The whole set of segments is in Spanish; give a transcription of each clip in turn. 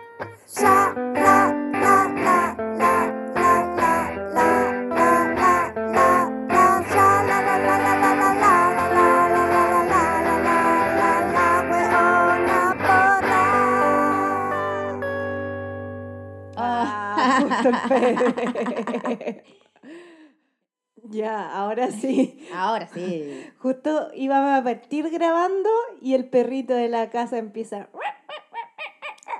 la la la la la la la la la la la la sha la la la la la la la la la la la la la la la we're on a boat. Ah, Ya, ahora sí. Ahora sí. Justo íbamos a partir grabando y el perrito de la casa empieza.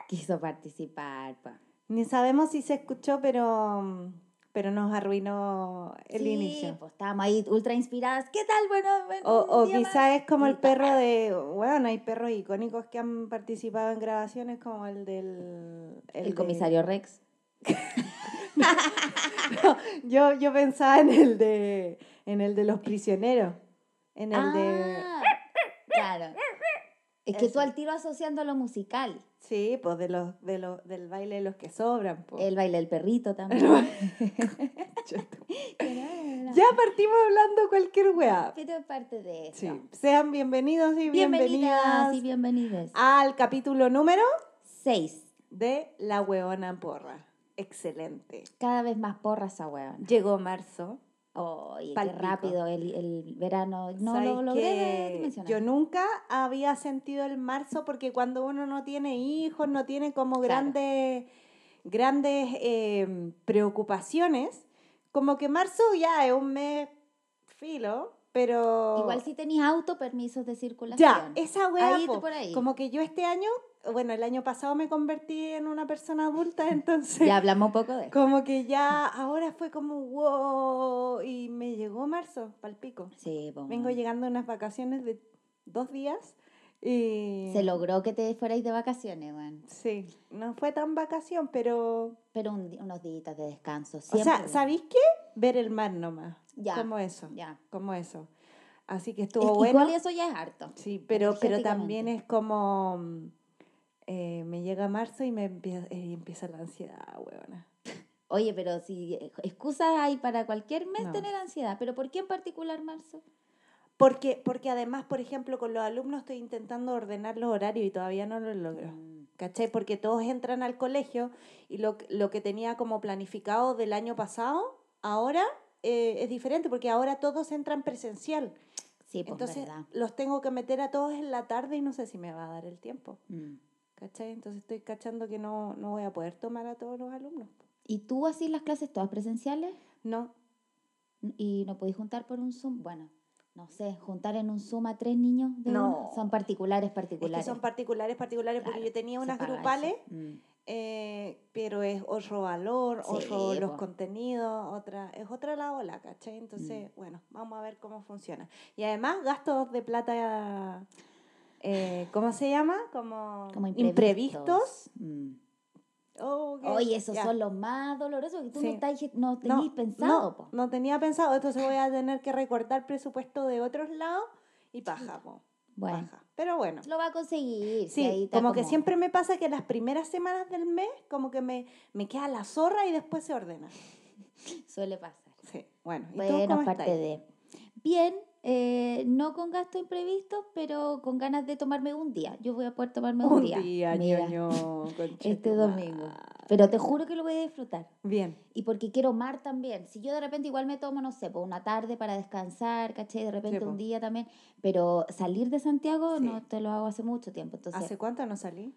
Quiso participar. pa. Ni sabemos si se escuchó, pero, pero nos arruinó el Sí, inicio. Pues estábamos ahí ultra inspiradas. ¿Qué tal? Bueno, bueno. O, o día quizá más. es como el Y- perro de. Bueno, hay perros icónicos que han participado en grabaciones, como el del. El, de- comisario Rex. Yo, yo pensaba en el de. En el de los prisioneros. En el de. Ah, Claro. Es que Eso. tú al tiro asociando lo musical. Sí, pues de los, de los, del baile de los que sobran. pues. po. El baile del perrito también. ya partimos hablando cualquier weá. Pero parte de eso. Sí. Sean bienvenidos y bienvenidas Ah. Bienvenidas y bienvenides. al capítulo número Seis. de La Hueona Porra. Excelente. Cada vez más porras a weón. Llegó marzo. Oye, qué Palpico. rápido el, el verano. No ¿Sabes lo logré de qué? dimensionar. Yo nunca había sentido el marzo porque cuando uno no tiene hijos, no tiene como Claro. grandes, grandes eh, preocupaciones, como que marzo ya es un mes filo, pero... Igual si tenéis auto, permisos de Ya, circulación. esa wea, Ahí, po, por ahí. como que yo este año, bueno, el año pasado me convertí en una persona adulta, entonces Ya hablamos un poco de eso. como que ya ahora fue como wow, y me llegó marzo, palpico. Sí, po, Vengo man. llegando a unas vacaciones de dos días y... Se logró que te fuerais de vacaciones, weón. Sí, no fue tan vacación, pero... Pero un di- unos días de descanso. Siempre, o sea, weón. ¿sabéis qué? Ver el mar nomás. Ya, Como eso, Ya. como eso. Así que Es- estuvo igual bueno. eso ya es harto. Sí, pero, pero también energéticamente. es como... mm, eh, me llega marzo y me empieza, eh, empieza la ansiedad, huevona. Oye, pero si eh, excusas hay para cualquier mes No. tener ansiedad. ¿Pero por qué en particular marzo? Porque, porque además, por ejemplo, con los alumnos estoy intentando ordenar los horarios y todavía no lo logro. Mm, ¿Cachai? Porque todos entran al colegio y lo, que- lo que tenía como planificado del año pasado, ahora eh, es diferente porque ahora todos entran presencial. Sí, pues Entonces verdad. los tengo que meter a todos en la tarde y no sé si me va a dar el tiempo. Mm. ¿Cachai? Entonces estoy cachando que no, no voy a poder tomar a todos los alumnos. ¿Y tú así las clases todas presenciales? No, N- ¿Y no podéis juntar por un Zoom? Bueno, no sé, juntar en un Zoom a tres niños. De una? No. Son particulares, es que particulares. son particulares, particulares, porque Claro, yo tenía se unas paga eso. grupales, Mm. eh, pero es otro valor, otro Sí, los po. contenidos, otra, es otra la ola, ¿cachai? Entonces, Mm. bueno, vamos a ver cómo funciona. Y además, gastos de plata, eh, ¿cómo se llama? Como, Como imprevistos. imprevistos. Mm. Oh, que- Oye, esos ya. son los más dolorosos que tú Sí. no, estáis- no No, tenías pensado. No, po. no tenía pensado, entonces voy a tener que recortar presupuesto de otros lados y paja, po, Bueno, paja. Pero bueno. lo va a conseguir. si ahí Sí, está como que siempre me pasa que las primeras semanas del mes como que me, me queda la zorra y después se ordena. Suele pasar. Sí, bueno. ¿Y tú Bueno, cómo parte estáis? de. Bien, eh, no con gastos imprevistos, pero con ganas de tomarme un día. Yo voy a poder tomarme un, Un día, Mira, ñoño, Este conchetumare. domingo. Pero te juro que lo voy a disfrutar. Bien, Y porque quiero mar también. Si yo de repente igual me tomo, no sé, por una tarde para descansar, ¿cachai? De repente po. un día también. Pero salir de Santiago Sí. no te lo hago hace mucho tiempo. Entonces, ¿hace cuánto no salí?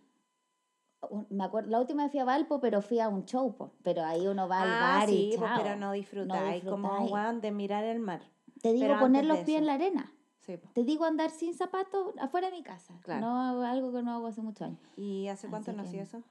un- me acuerdo, la última vez fui a Valpo, pero fui a un show, po. Pero ahí uno va al ah, bar sí, y pues, chao. pero no disfrutáis como disfrutáis. Juan de mirar el mar. Te digo pero poner antes los de pies en eso. la arena. Sí, pues. Te digo andar sin zapatos afuera de mi casa. Claro. No hago algo que no hago hace muchos años. ¿Y hace cuánto Así no que- hacía eso?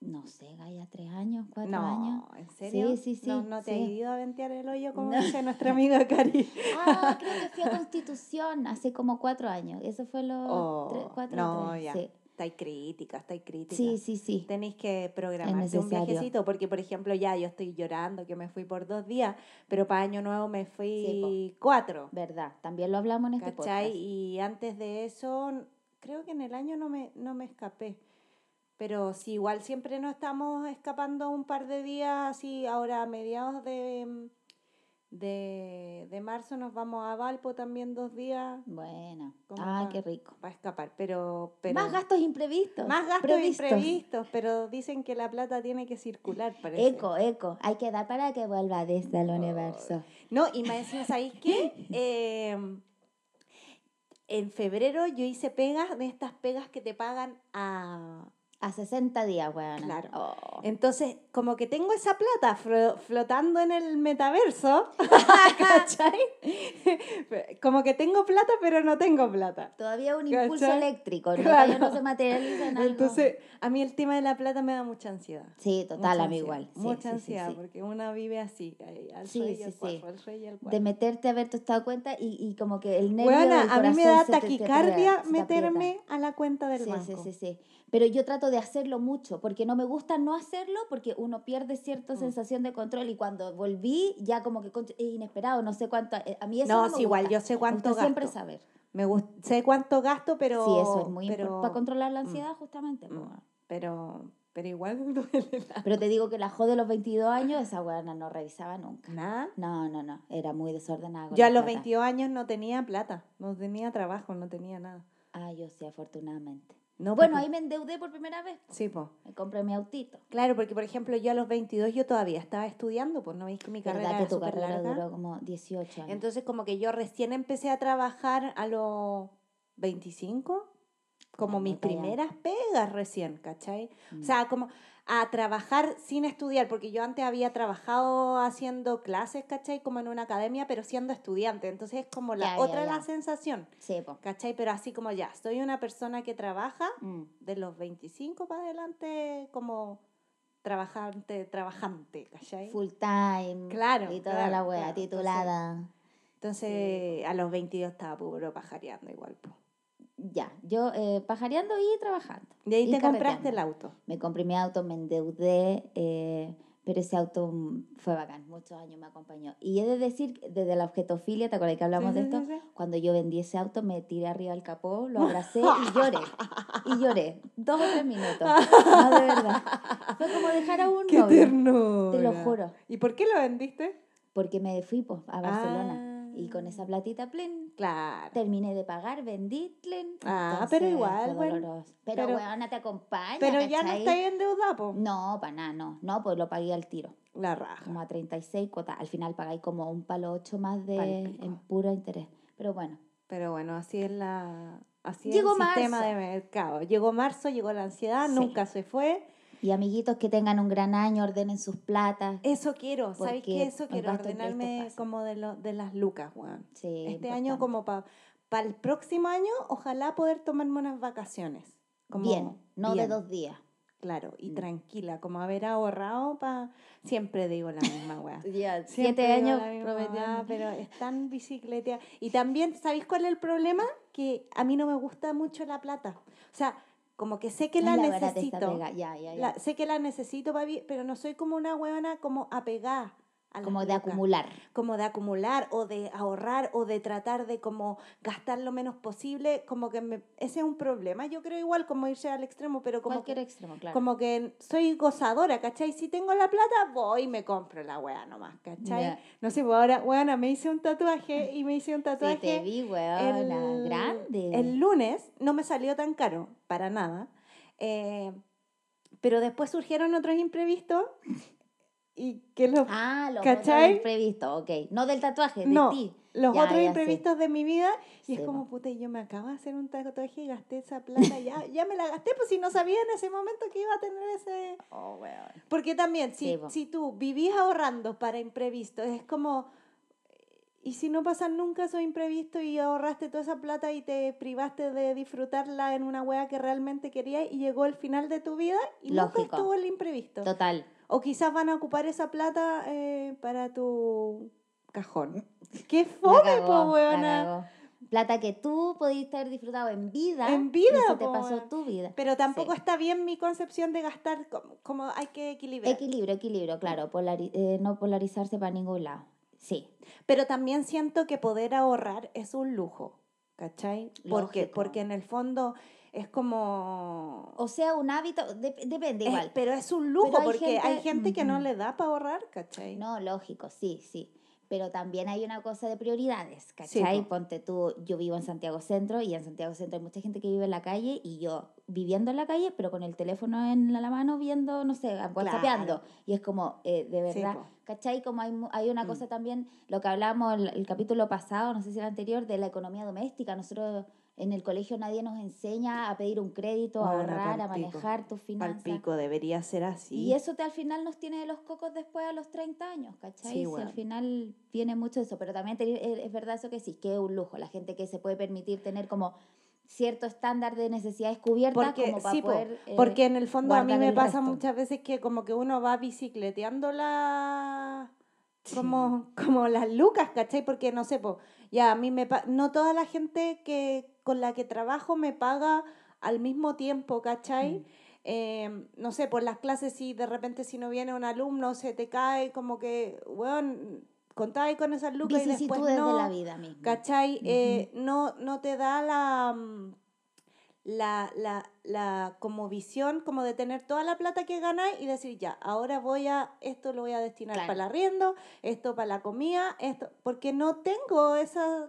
No sé, Gaya, tres años, No, cuatro años. ¿en serio? Sí, sí, ¿No, sí, no te sí. has ido a ventear el hoyo como No. dice nuestra amiga Cari? Ah, creo que fui a Constitución hace como cuatro años. Eso fue los Oh, tres- cuatro no, tres, ya. Sí. Estáis crítica, estáis crítica. sí, sí, sí. Tenéis que programarte un necesario. viajecito, porque por ejemplo ya yo estoy llorando que me fui por dos días, pero para Año Nuevo me fui cuatro, Verdad, también lo hablamos en este ¿cachai? podcast. Y antes de eso, n- creo que en el año no me, no me escapé. Pero si igual siempre nos estamos escapando un par de días, así ahora a mediados de, mm, de, de marzo nos vamos a Valpo también dos días Bueno. Como Ah, pa- qué rico. para escapar, pero... pero Más gastos imprevistos. más gastos previstos. imprevistos, pero dicen que la plata tiene que circular, parece. Eco, eco. Hay que dar para que vuelva desde el Ay. universo. No, y me decían, ¿sabéis qué? Eh, en febrero yo hice pegas de estas pegas que te pagan a... A 60 días, Oh. weón. Claro. Entonces, como que tengo esa plata fro- flotando en el metaverso, ¿cachai? como que tengo plata, pero no tengo plata. Todavía un impulso ¿Cachai? eléctrico. ¿no? Claro. Todavía no se materializa en algo. Entonces, a mí el tema de la plata me da mucha ansiedad. Sí, total, Mucha a mí ansiedad, igual. Sí, mucha sí, sí, ansiedad, sí. porque una vive así, ahí, al Sí, sueño sí, al sí. cuerpo, al sueño al De cuerpo. meterte, haberte dado cuenta y, y como que el nervio Bueno, del a mí me da corazón se te- te taquicardia aprieta, se te aprieta. meterme a la cuenta del Sí, banco. sí, sí, sí. Pero yo trato de hacerlo mucho, porque no me gusta no hacerlo, porque uno pierde cierta Mm. sensación de control y cuando volví, ya como que concha, es inesperado, no sé cuánto. eh, A mí eso No, no, me sí, igual gusta. yo sé Me cuánto gusta siempre gasto. saber. Me gust- sé cuánto gasto, pero sí, eso es muy importante. pero, Para controlar la ansiedad, justamente. po, Mm. weón. pero pero igual duele la- Pero te digo que la jode de los 22 años, esa weona no revisaba nunca. Nada. No, no, no. Era muy desordenada. con Yo la a los plata. 22 años no tenía plata, no tenía trabajo, no tenía nada. Ah, yo sí, afortunadamente. No, Bueno, porque- ahí me endeudé por primera vez. Sí, pues. Me compré mi autito. Claro, porque por ejemplo, yo a los 22 yo todavía estaba estudiando, pues no veis que mi carrera ¿Verdad que era tu súper carrera larga. duró como 18 años? Entonces, como que yo recién empecé a trabajar a los 25, como Ah, mis no, está ya. primeras pegas recién, ¿cachai? Mm. O sea, como a trabajar sin estudiar, porque yo antes había trabajado haciendo clases, ¿cachai? Como en una academia, pero siendo estudiante. Entonces, es como la Ya, ya, otra la ya. sensación, Sí, po. ¿cachai? Pero así como ya, soy una persona que trabaja Mm. de los 25 para adelante, como trabajante, trabajante, ¿cachai? Full time. Claro, Y toda claro, la wea claro. Entonces, titulada. Entonces, a los 22 estaba puro pajareando igual. po. Ya, yo eh, pajareando y trabajando. De ahí Y te compraste carreteando. el auto. Me compré mi auto, me endeudé, eh, pero ese auto mm, fue bacán, muchos años me acompañó. Y he de decir, desde la objetofilia, ¿te acuerdas que hablamos Sí, de sí, esto? sí, sí. Cuando yo vendí ese auto, me tiré arriba del capó, lo abracé y lloré. Y lloré, dos o tres minutos. No, de verdad. Fue como dejar a un ¡Qué novio, ternura! te lo juro. ¿Y por qué lo vendiste? Porque me fui po, a Barcelona. Y con Ah, esa platita, plen, Claro. terminé de pagar, vendí, plen. Ah, pero Entonces, igual, fue bueno, doloroso. Pero, pero- weona, te acompaña, Pero ya no ¿cachai? estáis endeudada, po. No, para nada, no. No, pues lo pagué al tiro. La raja. Como a 36 cuotas. Al final pagáis como un palo 8 más de Palpico. en puro interés. Pero bueno, Pero bueno, así es la... Así Llegó es el sistema marzo. de mercado. Llegó marzo, llegó la ansiedad, Sí. nunca se fue. y amiguitos que tengan un gran año, ordenen sus platas. Eso quiero, ¿sabéis Porque qué? Eso el quiero, gasto en crédito ordenarme pasa. como de, lo, de las lucas, weón. Sí, Este año importante. como para el próximo año, ojalá poder tomarme unas vacaciones. Como bien, no bien, de dos días. Claro, y Mm. tranquila, como haber ahorrado para... Siempre digo la misma weá. Siempre Siete digo años la misma weá, prometiendo. ah, pero es tan bicicletea. Y también, ¿sabéis cuál es el problema? Que a mí no me gusta mucho la plata. O sea, como que sé que Ay, la, verdad, esta necesito. pega, Ya, ya, ya. la- sé que la necesito, pa' vi- pero no soy como una weona como apegada. a las como de lucas acumular. como de acumular o de ahorrar o de tratar de como gastar lo menos posible, como que me- ese es un problema, yo creo igual como irse al extremo, pero como Cualquier que, extremo, claro. como que soy gozadora, ¿cachai? Si tengo la plata, voy y me compro la wea nomás, ¿cachai? Ya. No sé, pues ahora, weona, me hice un tatuaje y me hice un Sí, tatuaje te vi, weona. el- grande. El lunes no me salió tan caro, para nada. eh, pero después surgieron otros imprevistos y que los Ah, los ¿Cachai? otros imprevistos, ok. No del tatuaje, de No, ti. los Ya, otros ya, sí. imprevistos de mi vida y es Sí, como po. puta yo me acabo de hacer un tatuaje y gasté esa plata ya ya me la gasté pues si no sabía en ese momento que iba a tener ese porque también si, Sí, po. si tú vivís ahorrando para imprevistos es como y si no pasan nunca esos imprevistos y ahorraste toda esa plata y te privaste de disfrutarla en una wea que realmente querías y llegó el final de tu vida y nunca Lógico. estuvo el imprevisto Total. o quizás van a ocupar esa plata eh, para tu cajón. ¡Qué La fome, cagó, po, la weona! cagó. Plata que tú podías haber disfrutado en vida. En vida, Y se te po, pasó weón. tu vida. Pero tampoco Sí. está bien mi concepción de gastar, como, como hay que equilibrar. Equilibrio, equilibrio, claro. polari- eh, no polarizarse para ningún lado. Sí. Pero también siento que poder ahorrar es un lujo, ¿cachai? Porque, Lógico. porque en el fondo es como... O sea, un hábito, dep- depende es- igual. pero es un lujo, hay porque hay gente- gente que no Ujú. le da para ahorrar, ¿cachai? No, lógico, sí, sí. Pero también hay una cosa de prioridades, Sí, ¿cachai? po. Ponte tú, yo vivo en Santiago Centro y en Santiago Centro hay mucha gente que vive en la calle y yo viviendo en la calle, pero con el teléfono en la mano viendo, no sé, whatsappeando. Y es como, eh, de Sí, verdad, po. Mm. ¿cachai? Como hay, mu- hay una cosa también, lo que hablábamos el, el capítulo pasado, no sé si el anterior, de la economía doméstica. Nosotros en el colegio nadie nos enseña a pedir un crédito, a Bueno, ahorrar, a palpico, manejar tus finanzas. Palpico, debería ser así. Y eso te, al final nos tiene de los cocos después a los 30 años, ¿cachai? Sí, Si weón. al final viene mucho eso, pero también te- es es verdad eso que sí, que es un lujo, la gente que se puede permitir tener como cierto estándar de necesidades cubiertas porque, como para sí, po, poder... eh, porque en el fondo a mí guardar me el pasa resto. muchas veces que como que uno va bicicleteando la... Como, como las lucas, ¿cachai? Porque no sé, po, ya a mí me pa- no toda la gente que con la que trabajo me paga al mismo tiempo, ¿cachai? Mm. Eh, no sé, por las clases si de repente si no viene un alumno se te cae, como que, weón, contáis con esas lucas y después vicisitudes no. de la vida misma. ¿Cachai? Ujú. Eh, no, no te da la, mm, la, la, la como visión como de tener toda la plata que ganáis y decir, ya, ahora voy a, esto lo voy a destinar Claro. para el arriendo, esto para la comida, esto, porque no tengo esa,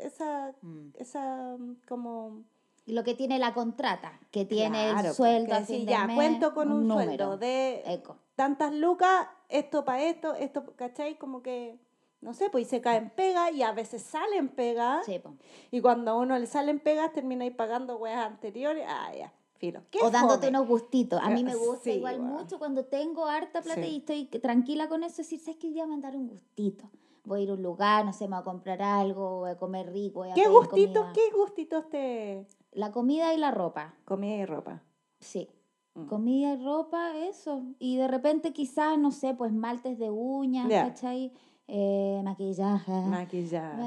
esa, Mm. esa mm, como... Y Lo que tiene la contrata, que tiene Claro, el pues, sueldo que a decir, fin de ya, mes, cuento con un, número, Eh. sueldo de eco. tantas lucas, esto para esto, esto, ¿cachai? Como que, no sé, pues y se caen pegas y a veces salen pegas. Sí, po. Y cuando a uno le salen pegas, termináis pagando weas anteriores. Ah, ya, filo. ¿Qué o dándote fome? unos gustitos. A mí me Eh, gusta sí, igual weón. mucho cuando tengo harta plata Sí. y estoy tranquila con eso, decir, ¿sabes qué? Hoy día me van a dar un gustito. Voy a ir a un lugar, no sé, me voy a comprar algo, voy a comer rico, voy a ¿Qué pedir gustitos, comida. qué gustitos te La comida y la ropa, comida y ropa? sí. Mm. Comida y ropa, eso. Y de repente quizás, no sé, pues maltes de uñas, Ya. ¿cachai? Eh, maquillaje, Maquillaje.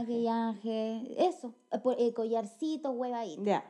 maquillaje, eso. Eh, po- eh, collarcito, huevadito. Ya.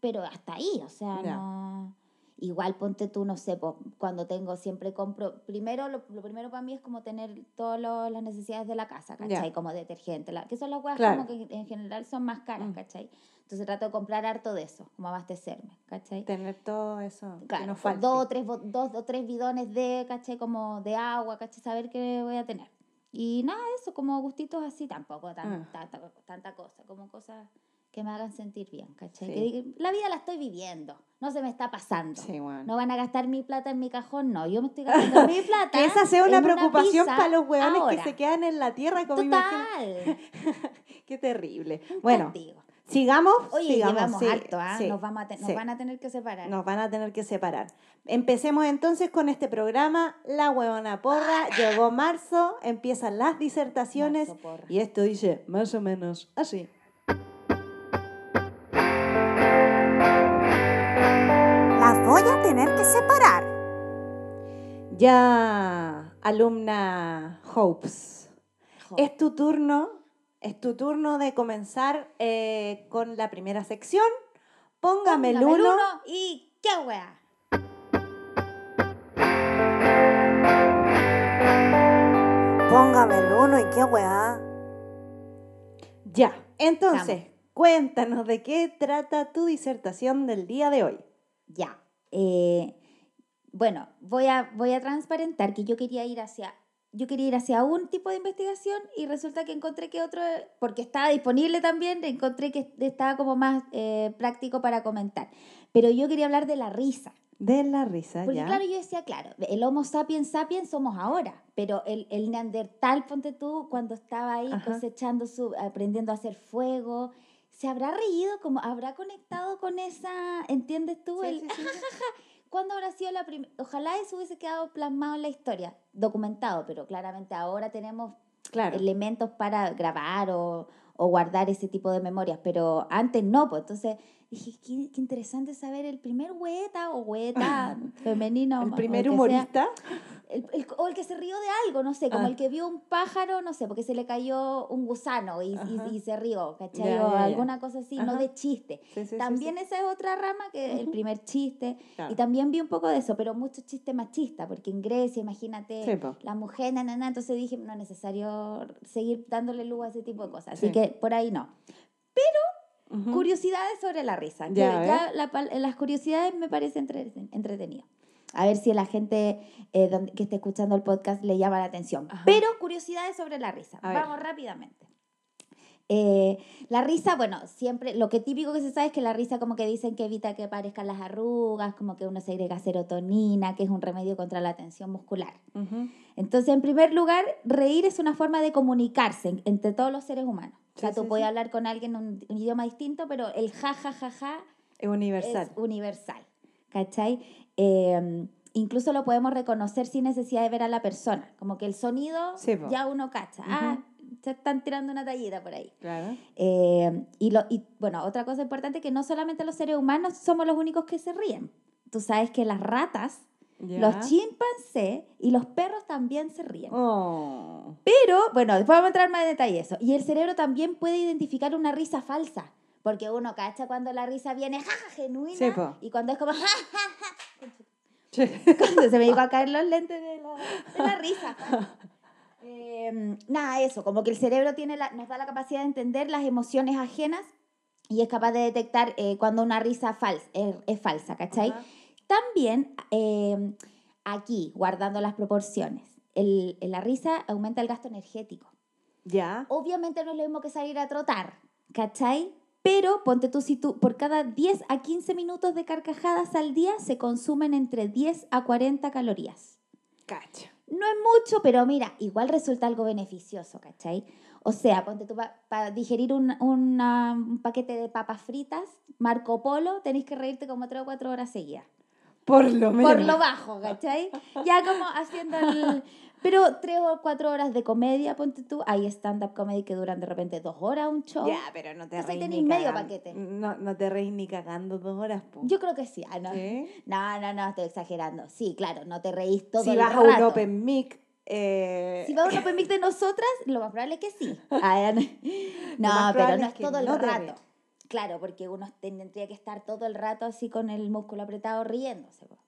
pero hasta ahí, o sea, Ya. no... Igual ponte tú, no sé, po, cuando tengo, siempre compro, primero, lo, lo primero para mí es como tener todas lo- las necesidades de la casa, Ya. ¿cachai? Como detergente, la, que son las weas Claro. como que en general son más caras, Mm. ¿cachai? Entonces trato de comprar harto de eso, como abastecerme, ¿cachai? Tener todo eso. que Claro, nos con falte. dos o tres, bo- dos o tres bidones de, ¿cachai? Como de agua, ¿cachai? Saber qué voy a tener. Y nada, eso, como gustitos así, tampoco tan- Ah. tanta, tanta cosa, como cosas que me hagan sentir bien, ¿cachai? Sí. Que diga, la vida la estoy viviendo, no se me está pasando. Sí, bueno. No van a gastar mi plata en mi cajón, no, yo me estoy gastando mi plata. que esa sea una en preocupación pizza para los hueones ahora. que se quedan en la tierra. Como imagina- Total. Qué terrible. un Bueno, castigo. sigamos. Oye, sigamos, llevamos sí, harto, ¿ah? sí, nos, vamos a te- nos sí. van a tener que separar. Nos van a tener que separar. Empecemos entonces con este programa, La Huevona Ah. Porra. Llegó marzo, empiezan las disertaciones Marzo, porra. y esto dice más o menos así. Las voy a tener que separar. Ya, alumna Hopes, Jo. es tu turno, es tu turno de comenzar eh, con la primera sección. Póngame el Póngame uno. y qué wea. Póngame el uno y qué weá. Ya, entonces, cuéntanos de qué trata tu disertación del día de hoy. Ya. eh, bueno, voy a, voy a transparentar que yo quería ir hacia. Yo quería ir hacia un tipo de investigación y resulta que encontré que otro, porque estaba disponible también, encontré que estaba como más eh, práctico para comentar. Pero yo quería hablar de la risa. De la risa, Porque Ah, ya. claro, yo decía, claro, el Homo sapiens sapiens somos ahora, pero el, el neandertal, ponte tú, cuando estaba ahí Ajá. cosechando, su, aprendiendo a hacer fuego, se habrá reído, como habrá conectado con esa, ¿entiendes tú? Sí, el, sí, sí, sí. ¿Cuándo habrá sido la primera? Ojalá eso hubiese quedado plasmado en la historia, documentado, pero claramente ahora tenemos Claro. elementos para grabar o, o guardar ese tipo de memorias, pero antes no, pues entonces dije, qué, qué interesante saber el primer hueta o hueta femenino. El o primer que sea, humorista. el- el- o el que se rió de algo, no sé, como Ah. el que vio un pájaro, no sé, porque se le cayó un gusano y, y- Ajá. y se rió, ¿cachai? Ya, o ya, ya. alguna cosa así, no Ajá. de chiste. Sí, sí, sí, También sí. esa es otra rama que el Ujú. primer chiste. Claro. Y también vi un poco de eso, pero mucho chiste machista, porque en Grecia, imagínate, Sí, po. la mujer, na, na, na, entonces dije, no es necesario seguir dándole luz a ese tipo de cosas. Así Sí. que por ahí no. Ujú. Curiosidades sobre la risa. que Ya, a ya la pal- las curiosidades me parece entre- entretenido. a ver si la gente eh, donde- que esté escuchando el podcast le llama la atención. Ajá. Pero curiosidades sobre la risa. A ver. Vamos rápidamente. Eh, la risa, bueno, siempre lo que típico que se sabe es que la risa como que dicen que evita que parezcan las arrugas, como que uno segrega serotonina, que es un remedio contra la tensión muscular. Ujú. Entonces, en primer lugar, reír es una forma de comunicarse en- entre todos los seres humanos. O sea, Sí, tú sí, puedes sí. hablar con alguien en un, un idioma distinto, pero el ja, ja, ja, ja Es universal. es universal. ¿Cachai? Eh, incluso lo podemos reconocer sin necesidad de ver a la persona. Como que el sonido Sí, po. ya uno cacha. Ah, se están tirando una tallita por ahí. Claro. Eh, y, lo, y bueno, otra cosa importante que no solamente los seres humanos somos los únicos que se ríen. Tú sabes que las ratas, Ya. los chimpancés y los perros también se ríen. Oh. Pero, bueno, después vamos a entrar más en detalle eso. Y el cerebro también puede identificar una risa falsa. Porque uno cacha cuando la risa viene jaja genuina Sí, po. y cuando es como ja, ja, ja. Che. Cuando se me llegó a caer los lentes de la, de la risa. Eh, nada, eso, como que el cerebro tiene la- nos da la capacidad de entender las emociones ajenas y es capaz de detectar eh, cuando una risa falsa, es, es falsa, ¿cachai? Ajá. También eh, aquí, guardando las proporciones, el- la risa aumenta el gasto energético. Ya. Obviamente no es lo mismo que salir a trotar, ¿cachai? Pero ponte tú, si tú, por cada 10 a 15 minutos de carcajadas al día se consumen entre 10 a 40 calorías. Cacha. No es mucho, pero mira, igual resulta algo beneficioso, ¿cachai? O sea, ponte tú para digerir un, una- un paquete de papas fritas, Marco Polo, tenés que reírte como 3 o 4 horas seguidas. Por lo menos. Por lo bajo, ¿cachai? Ya como haciendo el... Pero tres o cuatro horas de comedia, ponte tú. Hay stand-up comedy que duran de repente dos horas un show. Ya, pero no te Entonces reís tenés ni medio cagan- paquete. No, no te reís ni cagando dos horas, po. Yo creo que sí. Ah, no. ¿Sí? no, no, no, estoy exagerando. Sí, claro, no te reís todo Si el vas a rato. un open mic, eh, Si va a un open mic de nosotras, lo más probable es que sí. Ah, no, más No, pero probable no es es que todo el no te rato. rías. Claro, porque uno ten- tendría que estar todo el rato así con el músculo apretado riéndose. po.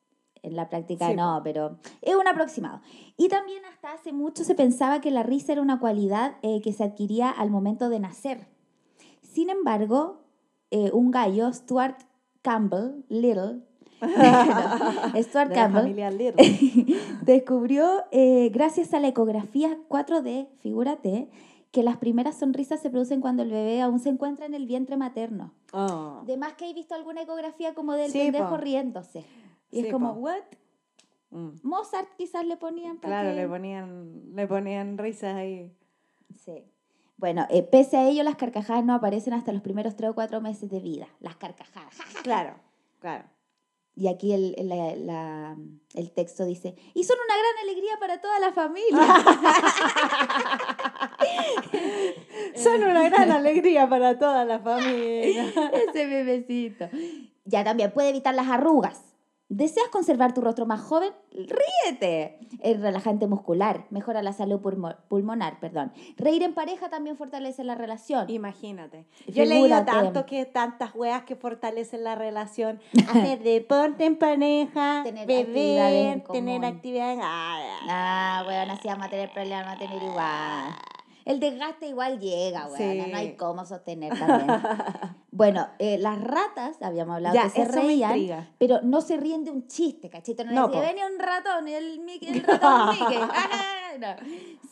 En la práctica Sí, no, pero es un aproximado. Y también hasta hace mucho se pensaba que la risa era una cualidad eh, que se adquiría al momento de nacer. Sin embargo, eh, un gallo, Stuart Campbell, Little, no, Stuart de la Campbell, familia Little. descubrió, eh, gracias a la ecografía 4D, figúrate, que las primeras sonrisas se producen cuando el bebé aún se encuentra en el vientre materno. Oh. De más que he visto alguna ecografía como del Sí, pendejo po. riéndose. Y Sí, es como, po. ¿what? Mm. Mozart quizás le ponían para Claro, que- le ponían, le ponían risas ahí. Sí. Bueno, eh, pese a ello, las carcajadas no aparecen hasta los primeros 3 o 4 meses de vida. Las carcajadas. Claro, claro. Y aquí el, el- la- la- el texto dice, y son una gran alegría para toda la familia. Eh. Son una gran alegría para toda la familia. Ese bebecito. Ya también puede evitar las arrugas. ¿Deseas conservar tu rostro más joven? ¡Ríete! El relajante muscular mejora la salud pulmo- pulmonar, perdón. Reír en pareja también fortalece la relación. Imagínate. Yo he leído Figúrate. tanto que tantas weas que fortalecen la relación. Hacer deporte en pareja, Tener actividades en beber, tener común. actividades. Ah, Ah, weón, así vamos a tener problemas, vamos a tener igual. El desgaste igual llega, weón. Sí. No hay cómo sostener también. bueno, eh, las ratas, habíamos hablado ya, que se eso me reían. intriga. pero no se ríen de un chiste, cachito. No, No, no po. venía un ratón, el Mickey, el ratón Mickey. Ah, no.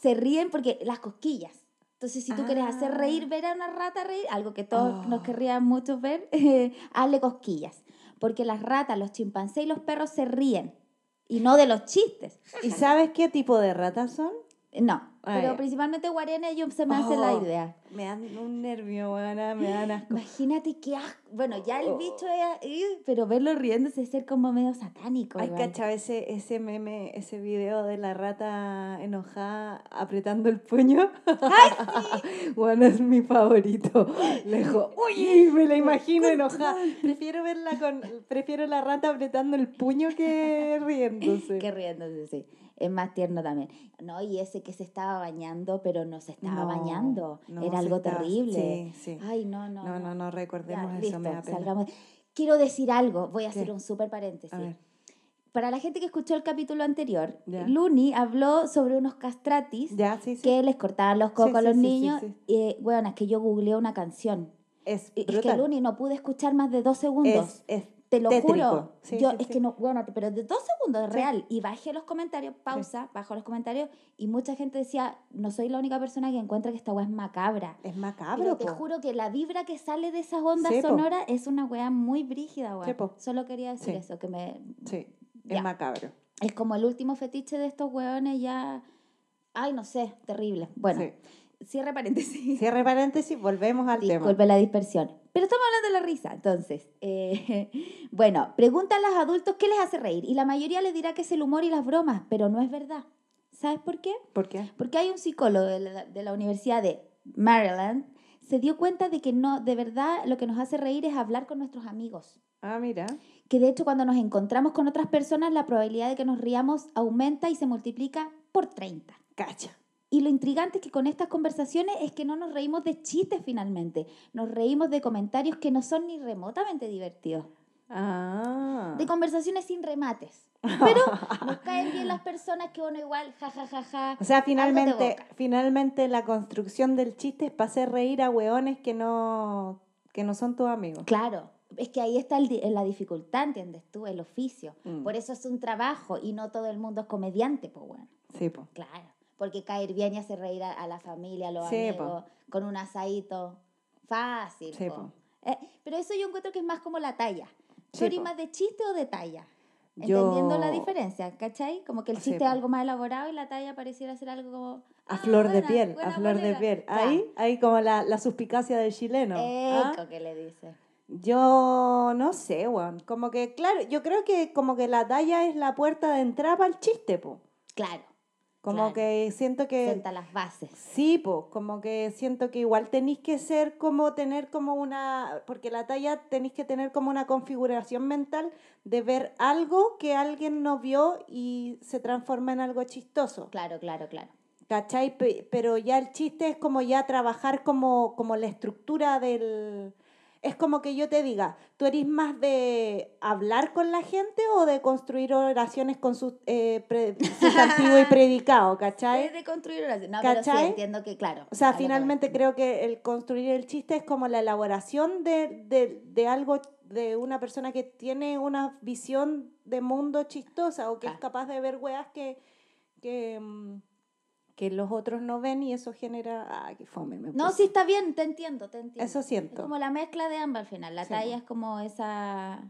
Se ríen porque las cosquillas. Entonces, si tú quieres hacer Ah. reír, ver a una rata reír, algo que todos Oh. nos querrían mucho ver, hazle cosquillas. Porque las ratas, los chimpancés y los perros se ríen. Y no de los chistes. ¿Y sabes qué tipo de ratas son? No. Ah, pero ya. principalmente guarenes, yo se me hace la Oh. idea. Me dan un nervio, weona, me dan asco. Imagínate qué asco. Bueno, ya el Oh. bicho es. ¡ih! Pero verlo riéndose es ser como medio satánico. Ay, igual. cachado ese, ese meme, ese video de la rata enojada apretando el puño. Bueno, es mi favorito. Le dijo, uy, me la imagino enojada. Prefiero verla con, prefiero la rata apretando el puño que riéndose. Que riéndose, sí. Es más tierno también. No, y ese que se estaba bañando, pero no se estaba No, bañando. no, Era se algo estaba- terrible. Sí, sí. Ay, no, no. No, no, no recordemos Ya, eso, listo, me da pena. salgamos. Quiero decir algo, voy a ¿Qué? hacer un súper paréntesis. A ver. Para la gente que escuchó el capítulo anterior, Ya. Luni habló sobre unos castratis Ya, sí, sí. que les cortaban los cocos Sí, a sí, los sí, sí, niños. sí. Eh, bueno, es que yo googleé una canción. Es Y- Es que brutal. Luni no pude escuchar más de dos segundos. Es, es Te lo Tétrico. juro. Sí, yo, sí, es sí. que no, bueno, pero de dos segundos, es Sí. real. Y bajé los comentarios, pausa, bajo los comentarios y mucha gente decía, no soy la única persona que encuentra que esta weá es macabra. Es macabro, Pero te po. juro que la vibra que sale de esas ondas Sí, po. sonoras es una weá muy brígida, weón. Sí, po. Solo quería decir Sí. eso, que me... Sí, es Ya. macabro. Es como el último fetiche de estos weones ya... Ay, no sé, terrible. Bueno, Sí. cierre paréntesis. Cierre paréntesis, volvemos al Disculpe la dispersión. Pero estamos hablando de la risa, entonces. eh, bueno, pregunta a los adultos qué les hace reír y la mayoría les dirá que es el humor y las bromas, pero no es verdad. ¿Sabes por qué? tema. ¿Por qué? Porque hay un psicólogo de la, de la Universidad de Maryland se dio cuenta de que no, de verdad, lo que nos hace reír es hablar con nuestros amigos. Ah, mira. Que de hecho cuando nos encontramos con otras personas la probabilidad de que nos riamos aumenta y se multiplica por 30. Cacha. Y lo intrigante es que con estas conversaciones es que no nos reímos de chistes finalmente, nos reímos de comentarios que no son ni remotamente divertidos, Ah. de conversaciones sin remates. Pero nos caen bien las personas que uno igual, ja, ja, ja, ja. O sea, Algo te finalmente, evoca. finalmente la construcción del chiste es para hacer reír a hueones que no, que no son tus amigos. Claro, es que ahí está el di- la dificultad, ¿entiendes tú? El oficio. Mm. Por eso es un trabajo y no todo el mundo es comediante, pues bueno, Sí, po. claro. Porque caer bien y hacer reír a, a la familia, a los Sí, po. amigos, con un asadito, fácil. Sí, po. po. Eh, pero eso yo encuentro que es más como la talla. ¿Tú Sí, eres po. más de chiste o de talla? Yo- Entendiendo la diferencia, ¿cachai? Como que el Sí, chiste po. es algo más elaborado y la talla pareciera ser algo como... A "Ah, flor de buena, piel, a buena flor de polera". piel. Ya. Ahí, ahí como la, la suspicacia del chileno. ¿ah? Eco que le dice. Yo no sé, weón. Como que, claro, yo creo que como que la talla es la puerta de entrada para el chiste, po. Claro, Claro. Como que siento que... senta las bases. Sí, pues, como que siento que igual tenéis que ser como tener como una, porque la talla tenéis que tener como una configuración mental de ver algo que alguien no vio y se transforma en algo chistoso. Claro, claro, claro. ¿Cachai? Pe- Pero ya el chiste es como ya trabajar como, como la estructura del... Es como que yo te diga, ¿tú eres más de hablar con la gente o de construir oraciones con sus, eh, pre- sustantivo y predicado? ¿Cachai? Es de construir oración. No, pero sí ¿Cachai? entiendo que, claro. O a sea, lo que finalmente voy. creo que el construir el chiste es como la elaboración de, de, de algo, de una persona que tiene una visión de mundo chistosa o que es Ah. capaz de ver weas que, que, mm, que los otros no ven y eso genera... Ah, qué fome. me No, puse. sí está bien, te entiendo, te entiendo. Eso Es siento. como la mezcla de ambas al final. La Sí, talla po. es como esa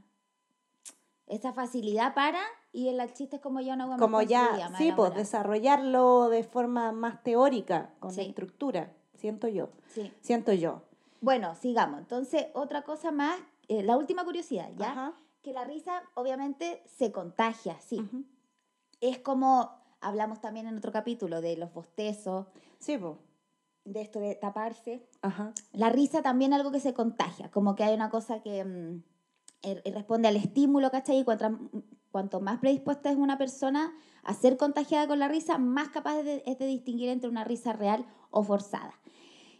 esa facilidad para y el chiste es como ya una hueá más Como construida, ya, más sí, pues elaborada. desarrollarlo de forma más teórica, con Sí. estructura, siento yo, Sí. siento yo. Bueno, sigamos. Entonces, otra cosa más, eh, la última curiosidad, ¿ya? Ajá. Que la risa obviamente se contagia, sí. Ujú. Es como hablamos también en otro capítulo de los bostezos, Sí, pues. de esto de taparse. Ajá. La risa también es algo que se contagia, como que hay una cosa que mm, eh, responde al estímulo, ¿cachai? Y cuanto, cuanto más predispuesta es una persona a ser contagiada con la risa, más capaz de- es de distinguir entre una risa real o forzada.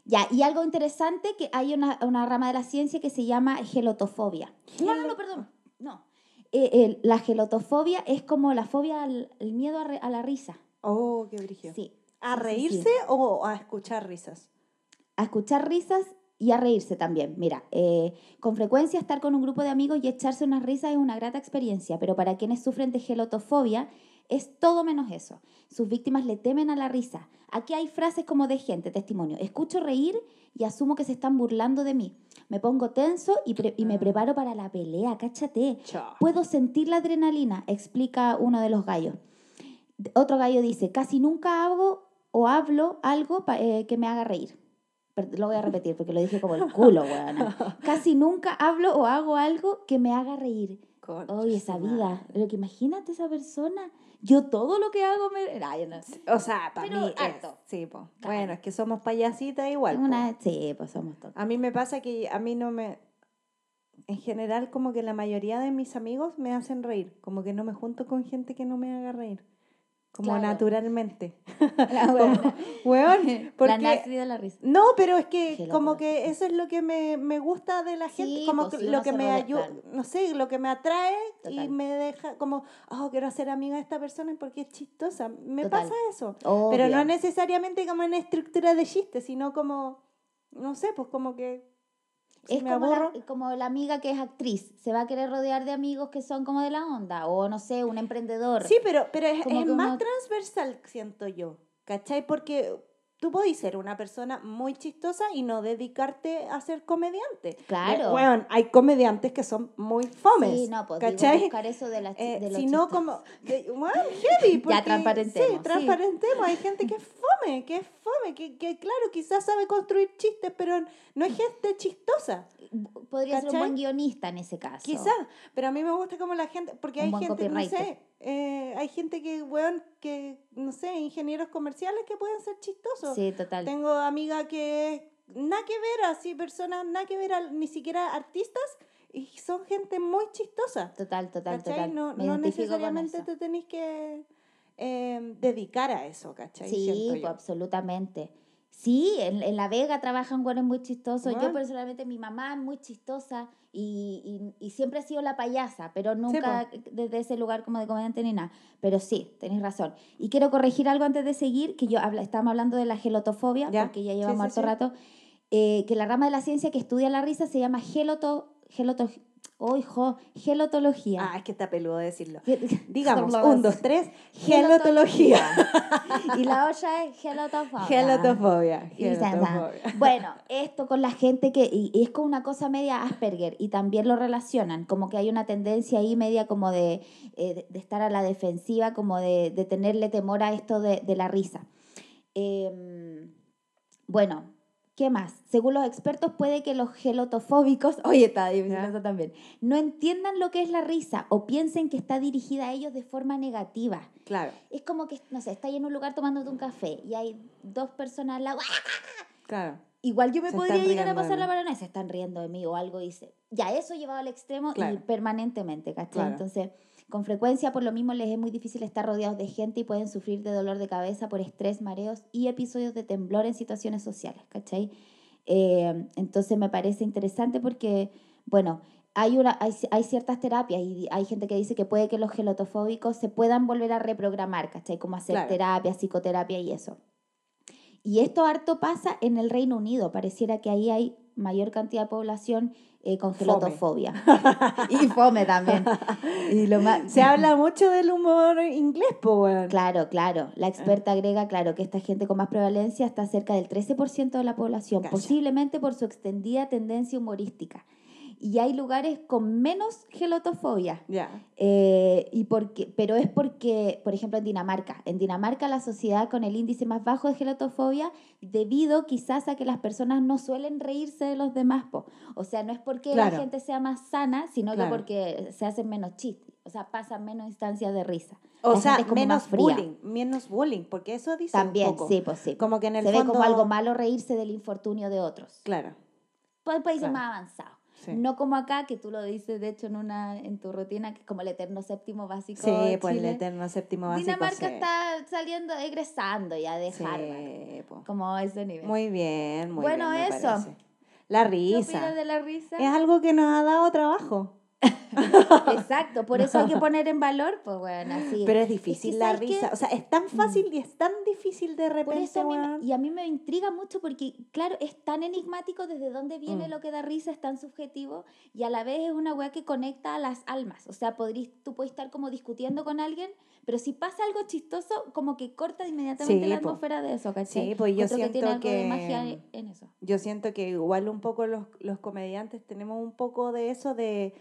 Ya, y algo interesante que hay una, una rama de la ciencia que se llama gelotofobia. No, no, no, perdón, no. Eh, eh, la gelotofobia es como la fobia al el miedo a, re- a la risa. Oh, qué brígido. Sí. ¿A Sí, sí, sí. reírse o a escuchar risas? a escuchar risas y a reírse también. Mira, eh, con frecuencia estar con un grupo de amigos y echarse unas risas es una grata experiencia, pero para quienes sufren de gelotofobia es todo menos eso. Sus víctimas le temen a la risa. Aquí hay frases como de gente, testimonio. Escucho reír y asumo que se están burlando de mí. Me pongo tenso y, pre- y me Ah. preparo para la pelea, cáchate. Chao. Puedo sentir la adrenalina, explica uno de los gallos. D- Otro gallo dice, casi nunca hago o hablo algo pa- eh, que me haga reír. Per- Lo voy a repetir porque lo dije como el culo, weona. Casi nunca hablo o hago algo que me haga reír. Concha Oye, esa su vida. madre. Lo que imagínate esa persona. Yo todo lo que hago me... Ay, no. Sí, O sea, para Pero mí es- harto. sí, po. Claro. Bueno, es que somos payasitas igual. po. Una... Sí, pues somos todos. A mí me pasa que a mí no me... En general, como que la mayoría de mis amigos me hacen reír. Como que no me junto con gente que no me haga reír. Como Claro. naturalmente. La weona. Weón, La porque... nazi de la risa. No, pero es que Qué como locura. que eso es lo que me, me gusta de la gente, Sí, como pues, que si uno lo que se me rodea, ayuda, claro. no sé, lo que me atrae Total. y me deja como, oh, quiero ser amiga de esta persona porque es chistosa. Me Total. pasa eso. Obvio. Pero no necesariamente como en estructura de chiste, sino como, no sé, pues como que Si es me como la, aburro. como la amiga que es actriz, se va a querer rodear de amigos que son como de la onda, o no sé, un emprendedor. Sí, pero, pero es, Como es que más uno- transversal, siento yo. ¿Cachai? Porque tú podés ser una persona muy chistosa y no dedicarte a ser comediante. Claro. Bueno, hay comediantes que son muy fomes. Sí, no, pues digo, ¿Cachai? buscar eso de las chi- Eh, de los si no, chistosos. como. de- bueno, heavy. Porque, transparentemos, Sí, sí. transparentemos. Hay gente que es fome, que es fome, que, que claro, quizás sabe construir chistes, pero no es gente chistosa. Podría ser un ¿Cachai? buen guionista en ese caso. Quizás, pero a mí me gusta como la gente, porque Un hay buen gente, no copywriter. sé, eh, hay gente que, weón, que, no sé, ingenieros comerciales que pueden ser chistosos. Sí, total. Tengo amiga que es nada que ver, así, personas nada que ver, al- ni siquiera artistas, y son gente muy chistosa. Total, total, ¿Cachai? total. No, Me no identifico con necesariamente eso. te tenés que eh, dedicar a eso, ¿cachai? Sí, Siento pues, yo. absolutamente. Sí, en, en La Vega trabajan güeyes muy chistosos. Yo Bueno. personalmente, mi mamá es muy chistosa y, y- y siempre ha sido la payasa, pero nunca desde ese lugar como de comediante ni nada. Pero sí, tenés razón. Y quiero corregir algo antes de seguir, que yo habla, estábamos hablando de la gelotofobia, Ya. porque ya Sí, llevamos sí, harto sí. rato, eh, que la rama de la ciencia que estudia la risa se llama geloto, geloto, oh, hijo, gelotología. Ah, es que está peludo decirlo. Ge- Digamos, Solo- un, dos, tres, gelotología. y la otra es gelotofobia. Gelotofobia. Y ta, ta. gelotofobia. Bueno, esto con la gente que y, y es como una cosa media Asperger y también lo relacionan, como que hay una tendencia ahí media como de, eh, de- de estar a la defensiva, como de, de tenerle temor a esto de, de la risa. Em, bueno, ¿qué más? Según los expertos puede que los gelotofóbicos, oye, está difícil Ya. eso también, no entiendan lo que es la risa o piensen que está dirigida a ellos de forma negativa. Claro, Es como que, no sé, está ahí en un lugar tomándote un café y hay dos personas al lado. ¡ah! claro. Igual yo me Se podría están llegar a riendo de pasar la mí. paranoia, se están riendo de mí o algo dice. Ya eso llevado al extremo y Claro. permanentemente, ¿cachai? Claro. Entonces, con frecuencia por lo mismo les es muy difícil estar rodeados de gente y pueden sufrir de dolor de cabeza por estrés, mareos y episodios de temblor en situaciones sociales, ¿cachai? Eh, entonces me parece interesante porque, bueno, hay, una, hay, ci- hay ciertas terapias y hay gente que dice que puede que los gelotofóbicos se puedan volver a reprogramar, ¿cachai? Como hacer Claro. terapia, psicoterapia y eso. Y esto harto pasa en el Reino Unido. Pareciera que ahí hay mayor cantidad de población eh, con Fome. gelotofobia. y fome también. Y lo más... Se habla mucho del humor inglés, po, weón. Claro, claro. La experta agrega, claro, que esta gente con más prevalencia está cerca del 13% de la población, Calla. posiblemente por su extendida tendencia humorística. Y hay lugares con menos gelotofobia. Ya. Eh, y porque, pero es porque, por ejemplo, en Dinamarca, en Dinamarca la sociedad con el índice más bajo de gelotofobia debido quizás a que las personas no suelen reírse de los demás. po. O sea, no es porque la Claro. gente sea más sana, sino Claro. que porque se hacen menos chistes, o sea, pasan menos instancias de risa. O La sea, gente es como menos más fría. bullying, menos bullying, porque eso dice un También, poco. sí, pues sí. Como que en el se ve fondo... como algo malo reírse del infortunio de otros. Claro, Pues en países Claro. más avanzados. sí. No como acá, que tú lo dices, de hecho, en una en tu rutina, que es como el eterno séptimo básico. sí, de pues el Chile. eterno séptimo básico. Dinamarca sí. está saliendo, egresando ya de Sí, Harvard. po. Como a ese nivel. Muy bien, muy Bueno, bien, me eso. parece. La ¿Qué opinas risa. de la risa? Es algo que nos ha dado trabajo. Exacto, por eso hay que poner en valor, pues bueno, así. Pero es difícil la ¿sabes qué? Mm. risa. O sea, es tan fácil y es tan difícil de Por repente, eso a mí me- weón. y a mí me intriga mucho porque, claro, es tan enigmático desde dónde viene Mm. lo que da risa, es tan subjetivo y a la vez es una weá que conecta a las almas. O sea, podrís, tú puedes estar como discutiendo con alguien, pero si pasa algo chistoso, como que corta inmediatamente Sí, la po. atmósfera de eso, ¿cachai? Sí, pues yo Encuentro que tiene siento algo de que- magia en eso. Yo siento que igual un poco los, los comediantes tenemos un poco de eso de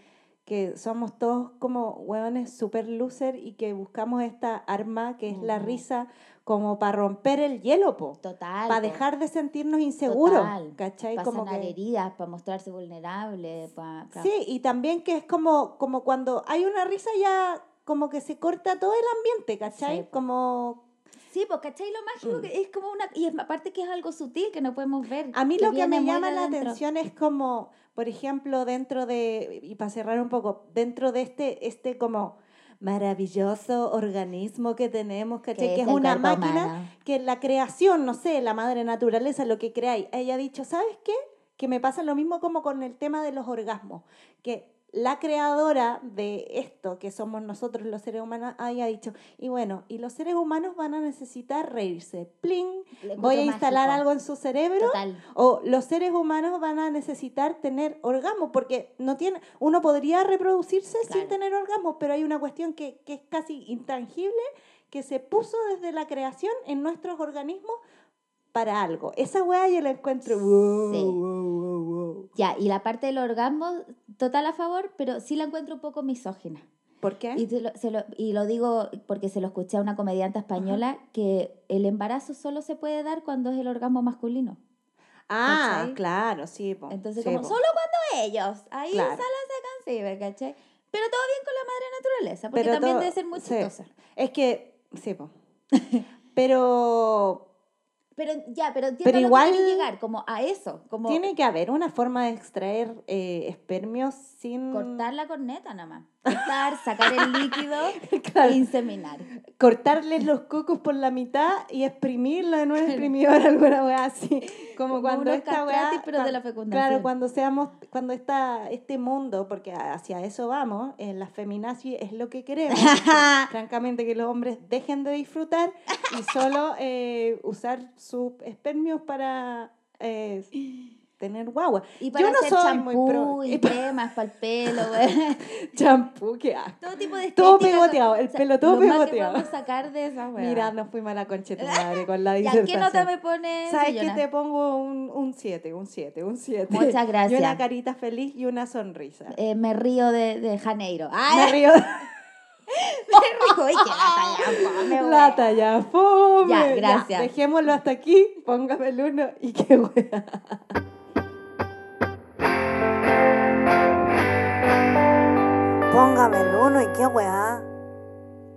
que somos todos como hueones super loser y que buscamos esta arma que es la Ujú. risa como para romper el hielo, po. Total. Para po. dejar de sentirnos inseguros, Total. ¿cachai? para Como sanar que- heridas, para mostrarse vulnerable, para... Sí, y también que es como, como cuando hay una risa ya como que se corta todo el ambiente, ¿cachai? po. Como Sí, pues, ¿cachai? Lo mágico Mm. que es como una... Y es- aparte que es algo sutil que no podemos ver. A mí lo que viene me muy de llama la adentro. atención es como, por ejemplo, dentro de, y para cerrar un poco, dentro de este, este como maravilloso organismo que tenemos, ¿cachai? Que, es el una cuerpo máquina humano. que la creación, no sé, la madre naturaleza, lo que creáis, ella ha dicho, ¿sabes qué? Que me pasa lo mismo como con el tema de los orgasmos, que la creadora de esto que somos nosotros los seres humanos haya dicho, y bueno, y los seres humanos van a necesitar reírse, pling, voy a Le encuentro instalar mágico. algo en su cerebro, Total. o los seres humanos van a necesitar tener orgasmo, porque no tiene, uno podría reproducirse Claro. sin tener orgasmo, pero hay una cuestión que, que es casi intangible, que se puso desde la creación en nuestros organismos para algo. Esa weá yo la encuentro. wow, Sí. wow, wow, wow. Ya, y la parte del orgasmo, total a favor, pero sí la encuentro un poco misógina. ¿Por qué? Y, te lo, se lo- y lo digo porque se lo escuché a una comediante española que el embarazo solo se puede dar cuando es el orgasmo masculino. ah, ¿cachai? claro, sí. po, Entonces, Oh, sí, como po. solo cuando ellos, ahí Claro. sala se concibe, ¿cachai? Pero todo bien con la madre naturaleza, porque Pero también todo- debe ser muy sí. chistosa. Es que, sí, po. pero Pero ya, pero entiendo Pero a lo que quieres igual- llegar, como a eso, como tiene que haber una forma de extraer eh, espermios sin... cortar la corneta nada más. Cortar, sacar el líquido Claro. e inseminar. cortarles los cocos por la mitad y exprimirlo en un exprimidor, alguna weá así. Como, Como cuando unos esta weá. castratis, pero de cuan- la fecundación. Claro, cuando seamos, cuando está este mundo, porque a- hacia eso vamos, en la feminazi es lo que queremos. que, francamente, que los hombres dejen de disfrutar y solo eh, usar sus espermios para eh, tener guagua. Y para Yo no hacer soy muy champú pro- y cremas para el pelo, güey. Champú, qué asco. Todo tipo de Todo estética, pegoteado, el pelo todo lo más que pegoteado. podemos sacar de esas weas. Mira, nos fuimos a la concheta madre con la ¿Y disertación. a qué nota me pone ¿Sabes que Sayona? te pongo un 7, un 7, un 7? Muchas Y gracias. una carita feliz y una sonrisa. Eh, me río de, de Janeiro. ¡Ay! Me río. me río. ¡Ay, qué lata ya, fome, wea! La talla fome. Ya, gracias. dejémoslo hasta aquí, póngame el uno y qué wea. Póngame el uno y qué weá.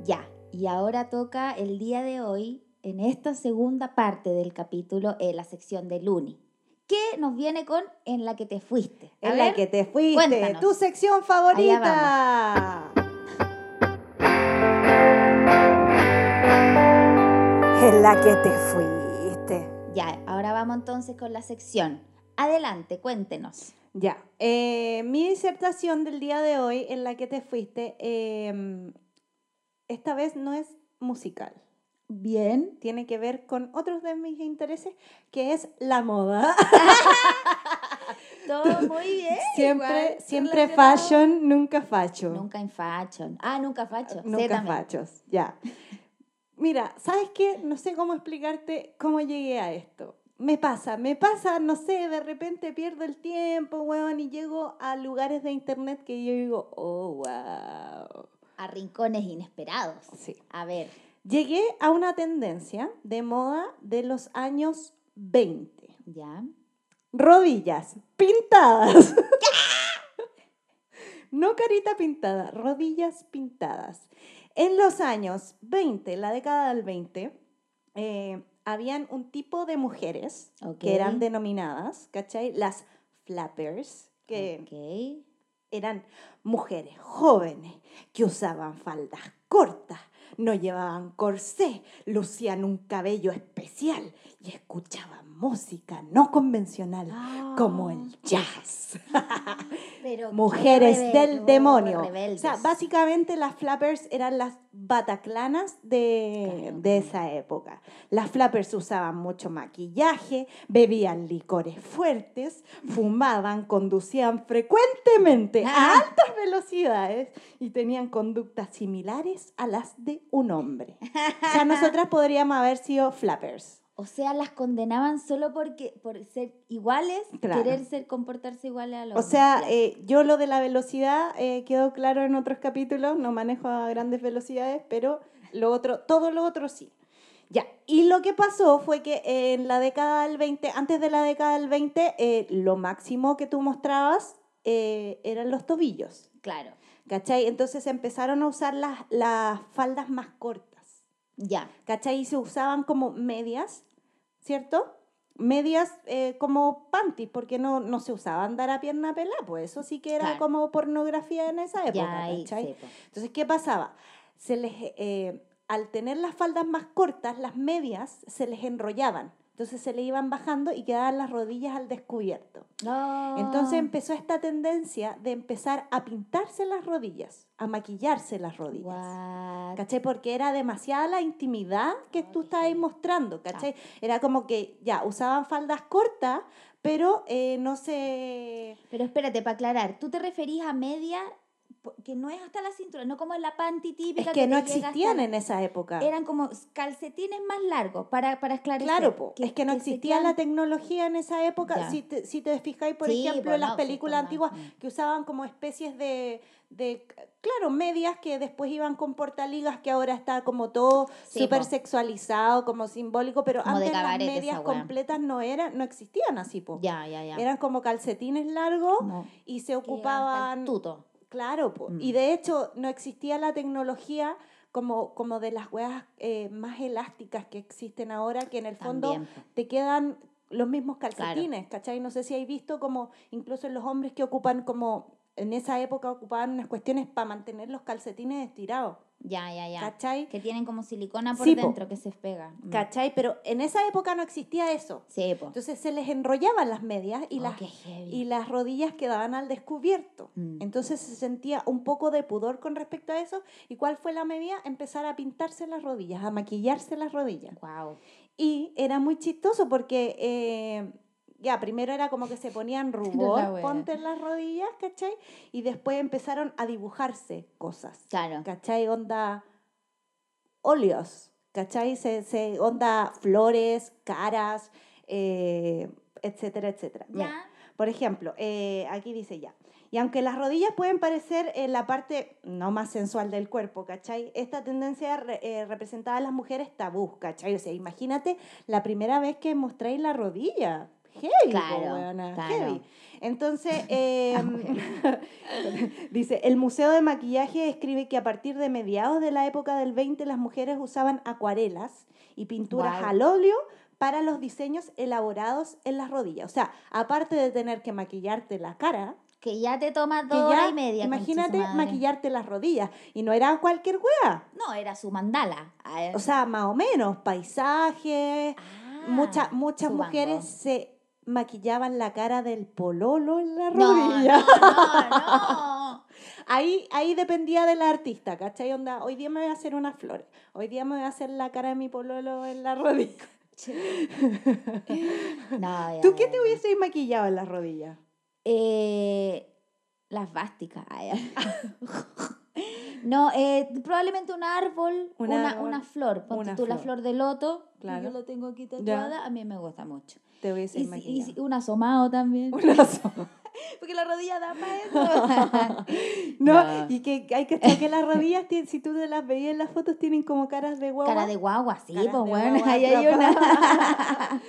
Ya, y ahora toca el día de hoy, en esta segunda parte del capítulo, eh, la sección de Luni, que nos viene con En la que te fuiste. A En la ver, que te fuiste, cuéntanos. tu sección favorita. Es la que te fuiste. Ya, ahora vamos entonces con la sección. Adelante, cuéntenos. Ya, eh, mi disertación del día de hoy en la que te fuiste, eh, esta vez no es musical. Bien. Tiene que ver con otros de mis intereses, que es la moda. Todo muy bien. Siempre, igual, siempre relacionado. fashion, nunca facho. Nunca en fashion. Ah, nunca facho. Sí, Nunca también. fachos, ya. Mira, ¿sabes qué? No sé cómo explicarte cómo llegué a esto. Me pasa, me pasa, no sé, de repente pierdo el tiempo, weón, y llego a lugares de internet que yo digo, oh, wow. A rincones inesperados. Sí. A ver. Llegué a una tendencia de moda de los años 20. Ya. Rodillas pintadas. No carita pintada, rodillas pintadas. En los años 20, la década del 20, eh, habían un tipo de mujeres Ok. que eran denominadas, ¿cachai? Las flappers, que Ok. eran mujeres jóvenes que usaban faldas cortas, no llevaban corsé, lucían un cabello especial y escuchaban música no convencional como el jazz. Pero qué Mujeres del rebeldes, demonio. O rebeldes. sea, básicamente las flappers eran las bataclanas de, Claro. de esa época. Las flappers usaban mucho maquillaje, bebían licores fuertes, fumaban, conducían frecuentemente a Ah. altas velocidades y tenían conductas similares a las de un hombre. O sea, nosotras podríamos haber sido flappers. O sea, las condenaban solo porque por ser iguales, Claro. querer ser comportarse iguales a los O sea, hombres. eh, yo lo de la velocidad eh, quedó claro en otros capítulos, no manejo a grandes velocidades, pero lo otro, todo lo otro sí. Ya, y lo que pasó fue que eh, en la década del 20, antes de la década del 20, eh, lo máximo que tú mostrabas eh, eran los tobillos, Ya, claro. ¿cachai? Entonces empezaron a usar las, las faldas más cortas. Ya. ¿cachai? Y se usaban como medias, ¿cierto? Medias eh, como panties, porque no, no se usaba andar a pierna pelada, pues eso sí que era Claro. como pornografía en esa época, ya ahí ¿cachai? sepo. Entonces, ¿qué pasaba? Se les, eh, al tener las faldas más cortas, las medias se les enrollaban Entonces se le iban bajando y quedaban las rodillas al descubierto. No. Entonces em, empezó esta tendencia de empezar a pintarse las rodillas, a maquillarse las rodillas. What? ¿Cachai? Porque era demasiada la intimidad que Ah, tú estabas ahí mostrando, ¿cachai? Era como que ya usaban faldas cortas, pero eh, no se. Pero espérate, para aclarar, tú te referís a media po- que no es hasta la cintura, no como es la panty típica Es que no te llega hasta- existían en esa época. Eran como calcetines más largos para, para esclarecer. Claro, po, es que no se existía la quedan- tecnología en esa época. Ya. Si te, si te fijáis, por Sí, ejemplo, po, las no, sí, películas están antiguas más- mm. que usaban como especies de, de, claro, medias que después iban con portaligas que ahora está como todo Sí, súper po. sexualizado, como simbólico, pero Como de antes las cabaret esa medias weá. completas no eran, no existían así, po. Ya, ya, ya. Eran como calcetines largos No. y se Que Mm. llegaban hasta el ocupaban... Tuto. Claro, po. y de hecho no existía la tecnología como, como de las weas eh, más elásticas que existen ahora, que en el fondo También, po. te quedan los mismos calcetines, ¿cachai? No sé si hay visto como incluso en los hombres que ocupan como, en esa época ocupaban unas cuestiones para mantener los calcetines estirados, Ya, ya, ya. ¿cachai? Que tienen como silicona por Sí, po. dentro que se pega. Mm. ¿Cachai? Pero en esa época no existía eso. Sí, po. Entonces se les enrollaban las medias y Oh, las qué heavy. y las rodillas quedaban al descubierto. Mm. Entonces se sentía un poco de pudor con respecto a eso. ¿Y cuál fue la medida? Empezar a pintarse las rodillas, a maquillarse las rodillas. Wow. Y era muy chistoso porque, eh, ya, primero era como que se ponían La rubor, wea. ponte en las rodillas, ¿cachai? Y después empezaron a dibujarse cosas, Claro. ¿cachai? Onda óleos, ¿cachai? Se, se- onda flores, caras, eh, etcétera, etcétera. Mira. Ya. Por ejemplo, eh, aquí dice ya. Y aunque las rodillas pueden parecer eh, la parte no más sensual del cuerpo, ¿cachai? Esta tendencia re- eh, representada a las mujeres tabú, ¿cachai? O sea, imagínate la primera vez que mostráis la rodilla. Heavy, po, Claro, weona, claro. heavy. Entonces, eh, dice, el Museo de Maquillaje escribe que a partir de mediados de la época del 20 las mujeres usaban acuarelas y pinturas Guau. al óleo para los diseños elaborados en las rodillas. O sea, aparte de tener que maquillarte la cara, Que ya te toma que dos ya, horas y media. concha su imagínate madre. maquillarte las rodillas. Y no era cualquier hueá. No, era su mandala. Ah, O sea, más o menos, paisajes. ah, Mucha- muchas su mujeres mango. se maquillaban la cara del pololo en la No, rodilla. no, no, no. Ahí, ahí dependía de la artista, ¿cachai? Onda, hoy día me voy a hacer unas flores, hoy día me voy a hacer la cara de mi pololo en la rodilla. No, ya, ¿Tú qué ya, te ya. hubieses maquillado en las rodillas? Eh, las vásticas. ay, ay. no, eh, probablemente un árbol, Un una, árbol, una flor. Ponte una tú la flor. flor de loto. que Claro. Yo lo tengo aquí tatuada. A mí me gusta mucho. Te hubieses Y, si- y maquillado. si- un asomado también. Un lazo. Porque la rodilla da para eso. No, No. y que hay que estar que las rodillas, tien- si tú te las veías en las fotos, tienen como caras de guagua. Cara de guagua, sí, Caras pues de bueno, guagua ahí hay atrapada. una.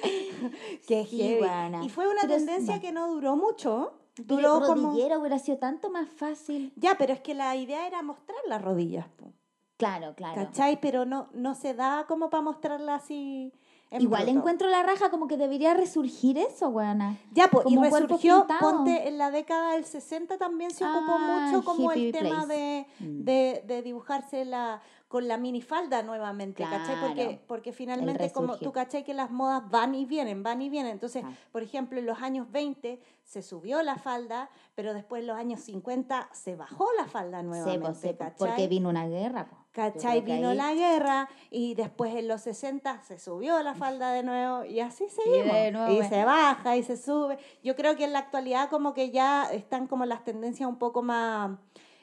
Qué Sí, heavy. guana. Y fue una Pero es- tendencia no. que no duró mucho. Pero Duró como... rodillera hubiera sido tanto más fácil. Ya, pero es que la idea era mostrar las rodillas, po, Claro, claro. ¿cachai? Pero no, no se da como para mostrarlas así. en Igual bruto. encuentro la raja como que debería resurgir eso, weona. Ya, pues, y como un cuerpo resurgió, pintado. ponte, en la década del 60 también se ocupó Ah, mucho como el hippie tema place. de, Mm. de, de dibujarse la, con la minifalda nuevamente, ¿cachai? Porque, Claro. porque finalmente, como resurgir. tú, ¿cachai? Que las modas van y vienen, van y vienen. Entonces, Ah. por ejemplo, en los años 20 se subió la falda, pero después en los años 50 se bajó la falda Sí, nuevamente, pues, sí, pues, ¿cachai? porque vino una guerra. pues. Yo ¿Cachai? creo que Vino ahí- la guerra y después en los 60 se subió la falda de nuevo y así seguimos. Y, de nuevo, bueno. se baja y se sube. Yo creo que en la actualidad como que ya están como las tendencias un poco más,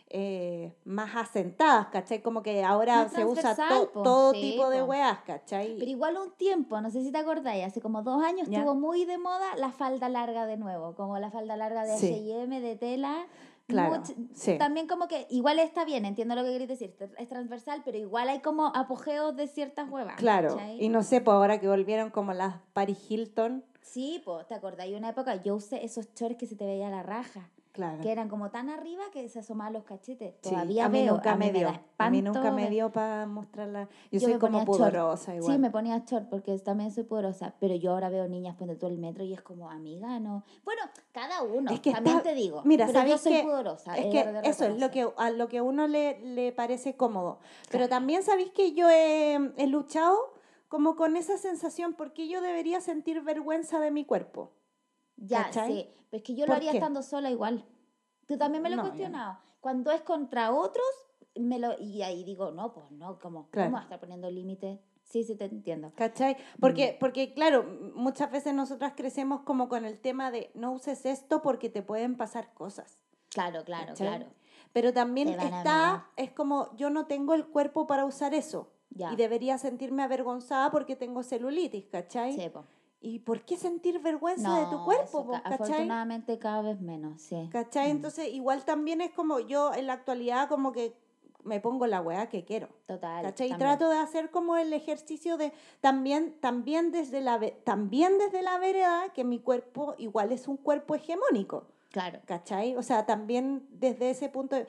eh, más asentadas, ¿cachai? Como que ahora Más se usa to- transversal, po. todo Sí, tipo de po. weas, ¿cachai? Pero igual un tiempo, no sé si te acordáis, hace como dos años Ya. estuvo muy de moda la falda larga de nuevo, como la falda larga de Sí. H&M, de tela. Claro, sí. También como que, igual está bien, entiendo lo que queréis decir, tra- es transversal, pero igual hay como apogeos de ciertas huevas. Claro. ¿cachai? Y no sé, pues ahora que volvieron como las Paris Hilton. Sí, pues, ¿te acordáis? Una época yo usé esos shorts que se te veía la raja. Claro. que eran como tan arriba que se asomaban los cachetes. Ah. Sí, Todavía a mí veo, nunca a mí me dio. da a mí espanto nunca me ver- dio para mostrarla. Yo, Yo soy me como ponía short. pudorosa igual. Sí, me ponía short porque también soy pudorosa, pero yo ahora veo niñas poniendo todo el metro y es como, amiga, no. Bueno, cada uno, Es que también está- te digo. mira, pero yo ¿sabéis soy qué? pudorosa. Es he que de eso es lo reconocer. que a lo que uno le, le parece cómodo. Pero también sabéis que yo he, he luchado como con esa sensación, ¿por qué yo debería sentir vergüenza de mi cuerpo? Ya, ¿Cachai? sí. Pero es que yo lo ¿Por haría qué? estando sola igual. Tú también me lo he No, yo no. cuestionado. Cuando es contra otros, me lo, y ahí digo, no, pues no, ¿cómo, Claro. ¿cómo vas a estar poniendo límites? Sí, sí, te entiendo. ¿Cachai? Mm. Porque, porque, claro, m- muchas veces nosotras crecemos como con el tema de no uses esto porque te pueden pasar cosas. Claro, claro, ¿Cachai? claro. Pero también Te van a está, es como yo no tengo el cuerpo para usar eso. Ya. Y debería sentirme avergonzada porque tengo celulitis, ¿cachai? Sí, po. ¿Y por qué sentir vergüenza de tu No, cuerpo? eso ca- po, ¿Cachai? Afortunadamente cada vez menos, sí. ¿Cachai? Mm, Entonces, igual también es como yo en la actualidad como que me pongo la weá que quiero. Total. ¿Cachai? Y también. trato de hacer como el ejercicio de también, también, desde la, ve- también desde la vereda que mi cuerpo igual es un cuerpo hegemónico, Claro. ¿cachai? O sea, también desde ese punto... de-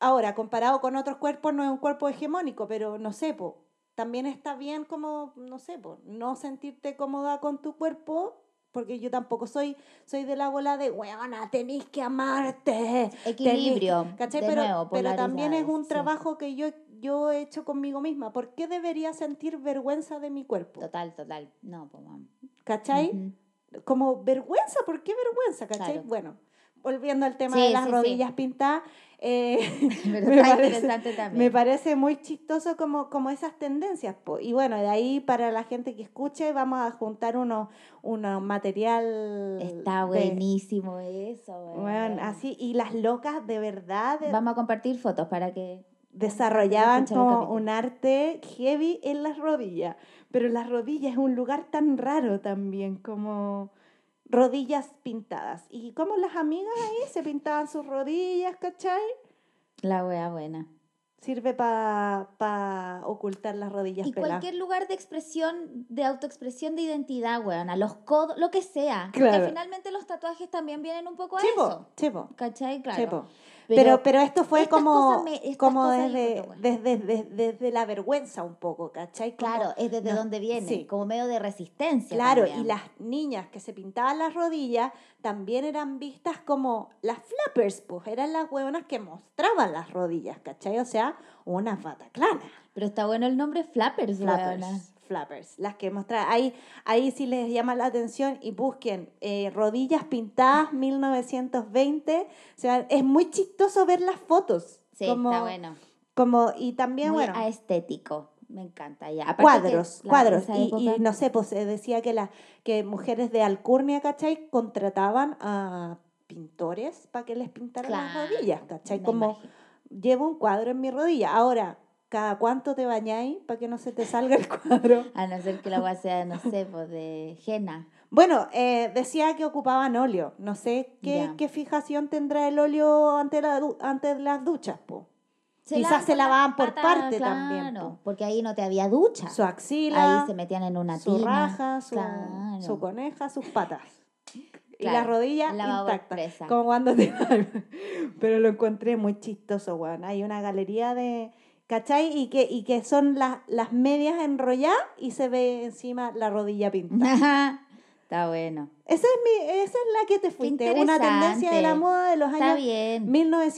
Ahora, comparado con otros cuerpos, no es un cuerpo hegemónico, pero no sé, po, también está bien como, no sé, po, no sentirte cómoda con tu cuerpo, porque yo tampoco soy, soy de la bola de, weona, tenéis que amarte. Tenés que- Equilibrio. ¿cachai? de pero, nuevo, pero también es polaridades, un sí. trabajo que yo, yo he hecho conmigo misma. ¿Por qué debería sentir vergüenza de mi cuerpo? Total, total. No, pues vamos. ¿Cachai? Ujú. Como vergüenza, ¿por qué vergüenza? ¿Cachai? Claro. Bueno, volviendo al tema Sí, de las sí, sí. rodillas pintadas, eh, Pero me está parece- interesante también. me parece muy chistoso como, como esas tendencias. po. Y bueno, de ahí para la gente que escuche, vamos a juntar uno, uno material. Está de- buenísimo eso, Bueno, weón. así, y las locas de verdad de- Vamos a compartir fotos para que. desarrollaban Escuchar el como capítulo. un arte heavy en las rodillas. Pero las rodillas es un lugar tan raro también, como rodillas pintadas. Y como las amigas ahí se pintaban sus rodillas, ¿cachai? La wea buena. Sirve para ocultar las rodillas Y peladas. cualquier lugar de expresión, de autoexpresión de identidad, weón, a los codos, lo que sea. Claro. Porque finalmente los tatuajes también vienen un poco a Chepo, eso. chepo, ¿Cachai? Claro. chepo. Pero, pero esto fue estas como, cosas me- estas como cosas yo desde, creo que- desde, desde, desde la vergüenza un poco, ¿cachai? Como- claro, es desde no, donde viene, sí. como medio de resistencia. Claro, y también. las niñas que se pintaban las rodillas también eran vistas como las flappers, pues eran las hueonas que mostraban las rodillas, ¿cachai? O sea, unas bataclanas. Pero está bueno el nombre Flappers, Flappers. weona. Flappers, las que mostraban. Ahí, ahí sí les llama la atención y busquen eh, Rodillas Pintadas 1920. O sea, es muy chistoso ver las fotos. Sí, como, está bueno. Como, y también, Muy bueno estético. Me encanta ya. Aparte que cuadros, la- cuadros. esa Y, y época- no sé, pues se decía que, las que mujeres de Alcurnia, ¿cachai? Contrataban a pintores para que les pintaran las Claro, rodillas, ¿cachai? me Como imagino. llevo un cuadro en mi rodilla. Ahora, ¿cada cuánto te bañáis para que no se te salga el cuadro? A no ser que la agua sea, no sé, pues de Jena. Bueno, eh, decía que ocupaban óleo. No sé qué, Ya. qué fijación tendrá el óleo ante, la, du- ante las duchas, po. Quizás lavan se con las lavaban por patas, parte también, claro, po. Porque ahí no te había ducha. Su axila. Ahí se metían en una su tina. raja, su, claro. su coneja, sus patas. Y Claro, las rodillas lavabo intactas. expresa. Como cuando te Pero lo encontré muy chistoso, weón. Hay una galería de. ¿Cachai? Y que, y que son las, las medias enrolladas y se ve encima la rodilla pintada. Está bueno. Esa es, mi, esa es la que te fuiste. Una tendencia de la interesante. moda de los Está años bien.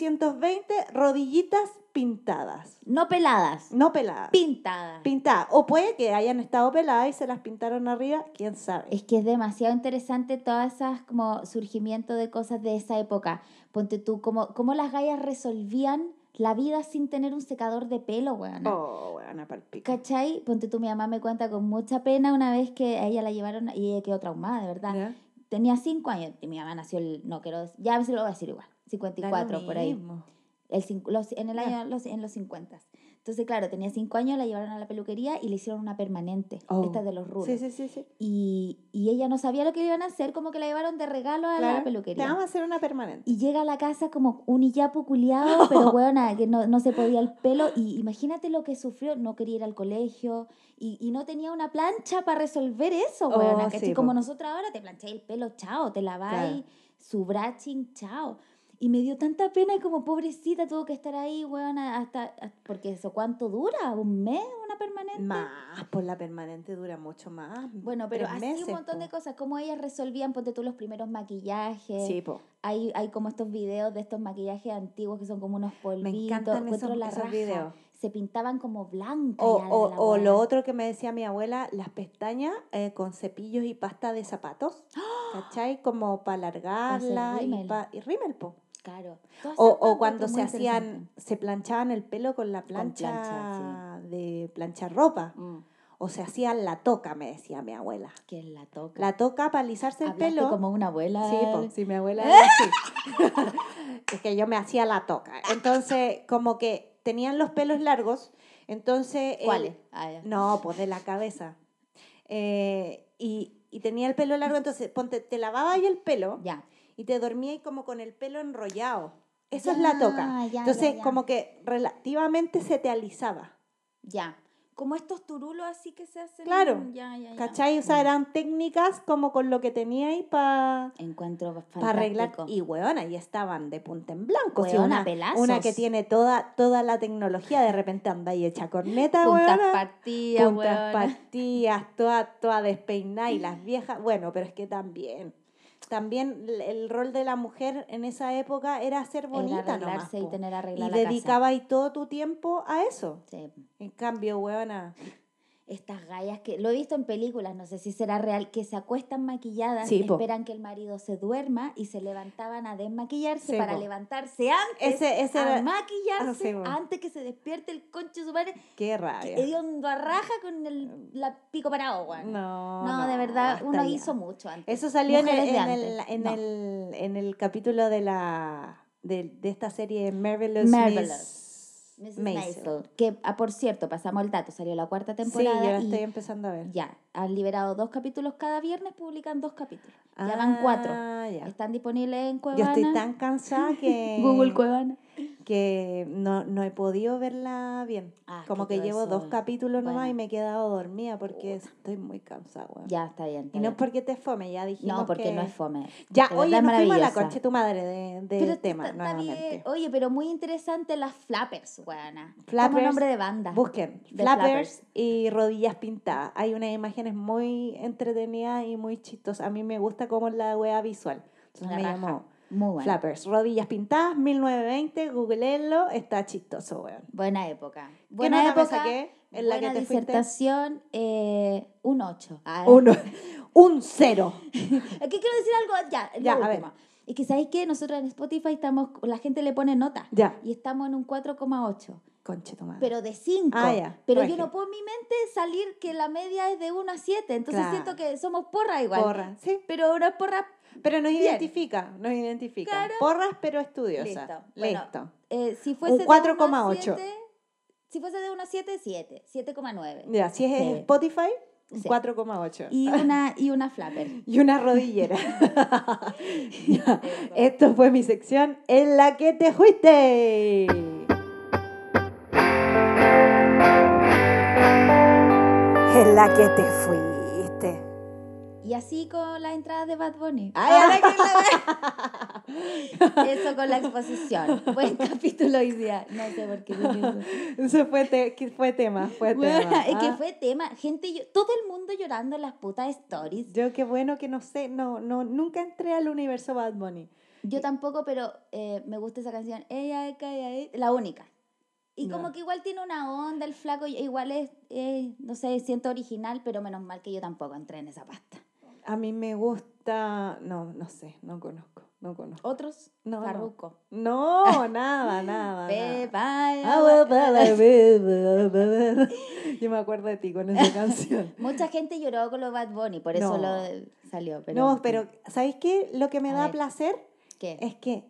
1920, rodillitas pintadas. No peladas, No peladas. pintadas. pintadas. O puede que hayan estado peladas y se las pintaron arriba, quién sabe. Es que es demasiado interesante todas esas como surgimiento de cosas de esa época. Ponte tú, cómo, cómo las gallas resolvían la vida sin tener un secador de pelo, weón. Oh, weón, palpico. ¿Cachai? Ponte tú, mi mamá me cuenta con mucha pena una vez que a ella la llevaron y ella quedó traumada, de verdad. Ya. Tenía cinco años, y mi mamá nació el, no quiero decir, ya se lo voy a decir igual, 54 por ahí. El, cin- los- en el Ya. año, los, en los 50. Entonces, claro, tenía cinco años, la llevaron a la peluquería y le hicieron una permanente, Oh. esta de los rulos. Sí, sí, sí, sí. Y, y ella no sabía lo que le iban a hacer, como que la llevaron de regalo a la Claro. Te peluquería. vamos a hacer una permanente. Y llega a la casa como un hillapo culiado, pero huevona, que no, no se podía el pelo. Y imagínate lo que sufrió, no quería ir al colegio y, y no tenía una plancha para resolver eso, Oh, huevona. sí, ¿cachai? po. como nosotros ahora te plancháis el pelo, chao, te laváis su braching, chao. Y me dio tanta pena y como pobrecita tuvo que estar ahí, huevona, hasta, hasta- porque eso cuánto dura, un mes, una permanente. Más, pues la permanente dura mucho más. Bueno, pero tres así meses, un montón po. de cosas, como ellas resolvían, ponte tú los primeros maquillajes. Sí, po. Hay, hay como estos videos de estos maquillajes antiguos que son como unos polvitos. encantan encuentro esos- la esos raja. videos. Se pintaban como blancas. O, o- o lo otro que me decía mi abuela, las pestañas eh, con cepillos y pasta de zapatos, ¿cachai? Como para alargarla y, rímel. pa- y rímel, po. Claro. Todas esas O, o cosas cuando muy se hacían, interesantes. se planchaban el pelo con la plancha, plancha, de planchar ropa. Mm, O se hacían la toca, me decía mi abuela. que la toca. La toca para alisarse el Hablaste pelo. como una abuela. Sí, po, sí, mi abuela era así. es que yo me hacía la toca. Entonces, como que tenían los pelos largos, entonces... el- ¿Cuáles? Ah, ya. Eh, no, pues de la cabeza. Eh, y, y tenía el pelo largo, entonces ponte, te lavaba ahí el pelo Ya. y te dormía ahí como con el pelo enrollado. Eso es la toca. Ah, Ya, ya, ya, Entonces, ya. como que relativamente se te alisaba. Ya. Como estos turulos así que se hacen. Claro. Ya, ya, Mm. ya. ¿Cachai? O sea, eran técnicas como con lo que tenía ahí para Encuentro fantástico. arreglar. Y weón, ahí estaban de punta en blanco. sí, Weona, una, pelazos. una que tiene toda, toda la tecnología, de repente anda ahí hecha corneta, Puntas weona. partidas, puntas weona. partidas, toda, toda despeinada y las viejas. Bueno, pero es que también. También el- el rol de la mujer en esa época era ser bonita Era nomás, arreglarse po. y tener Y arreglada la dedicaba ahí todo tu tiempo a eso. casa. Sí. En cambio, weona. Estas gallas que lo he visto en películas, no sé si será real, que se acuestan maquilladas, Sí, po. esperan que el marido se duerma y se levantaban a desmaquillarse Sí, para po. levantarse antes, Ese, ese a era. maquillarse Ah, sí, po. Ah, antes que se despierte el concho de su madre, Qué que rabia. hediondo a raja con el la pico parado, weón. Eh, No, No, de verdad, está uno bien. hizo mucho antes. Eso salió en el, Mujeres de en, el, antes, en, no. el, en el capítulo de la de, de esta serie Marvelous, Marvelous. Miss Mrs. Maisel. Maisel, Que, ah, por cierto, pasamos el dato, salió la cuarta Sí, yo temporada la y estoy empezando a ver. ya, han liberado dos capítulos cada viernes, publican dos capítulos. Ya van cuatro. Ah, ya. Están disponibles en Yo Cuevana. estoy tan cansada que, Google Cuevana. que no, no he podido verla bien. Ah, es Como que que todo llevo eso dos es- capítulos nomás y bueno. me he quedado dormida porque estoy muy cansada. weón. Ya, está bien. está Y no es bien. porque te fome, ya dijimos No, porque que... no es fome. Ya, De verdad oye, es nos fuimos a la maravillosa. concha de tu madre de, del Pero tema está- está bien. nuevamente. Oye, pero muy interesante las Flappers, weana. Como Flappers, nombre de banda. Busquen De flappers flappers. y rodillas pintadas. Hay unas imágenes muy entretenidas y muy chistosas. A mí me gusta como la wea visual. Entonces La me raja. llamó Muy buena. Flappers, rodillas pintadas, 1920, googleenlo, está chistoso, weón. Buena época. ¿Qué Buena nota me época. saqué en la que buena te fuiste? disertación, eh, un 8. Uno, un cero. Aquí quiero decir algo, ya, Ya, ya a lo ver. último. Es que, ¿sabéis qué? Nosotros en Spotify estamos, la gente le pone nota. Ya. Y estamos en un 4,8. Conche tu madre. pero de 5. Ah, ya, Pero regio. yo no puedo en mi mente salir que la media es de 1 a 7. Entonces Claro. siento que somos porra igual. Porra, sí. Pero una porra. Pero nos Bien. identifica, nos identifica. Claro. Porras, pero estudiosa. Listo. Bueno, Listo. eh, si fuese de 4,8. 1 a 7, Si fuese de 1 a 7, 7. 7,9. Ya, si es Sí. Spotify, un Sí. 4,8. Y una, y una flapper. y una rodillera. Ya, Eh, Esto fue mi sección en la que te fuiste. En la que te fuiste. Y así con las entradas de Bad Bunny. Ay, Eso con la exposición. Buen capítulo hoy día. No sé por qué dije eso. Eso fue, te- que fue tema, fue Bueno, tema. es que ah. fue tema. Gente, yo- todo el mundo llorando en las putas stories. Yo qué bueno que no sé, no, no, nunca entré al universo Bad Bunny. Yo tampoco, pero eh, me gusta esa canción. Ella es calla- la única. Y Ya. como que igual tiene una onda, el flaco y- igual es, eh, no sé, siento original, pero menos mal que yo tampoco entré en esa pasta. A mí me gusta, no, no sé, no conozco, no conozco. Otros, No, no. Farruko. No, nada, nada. Ah, nada. Ah, Beba, Ah, Yo me acuerdo de ti con esa canción. Mucha gente lloró con los Bad Bunny, por eso No. lo salió. Pero, no, pero ¿sabéis qué? Lo que me A da ver. placer ¿Qué? es que,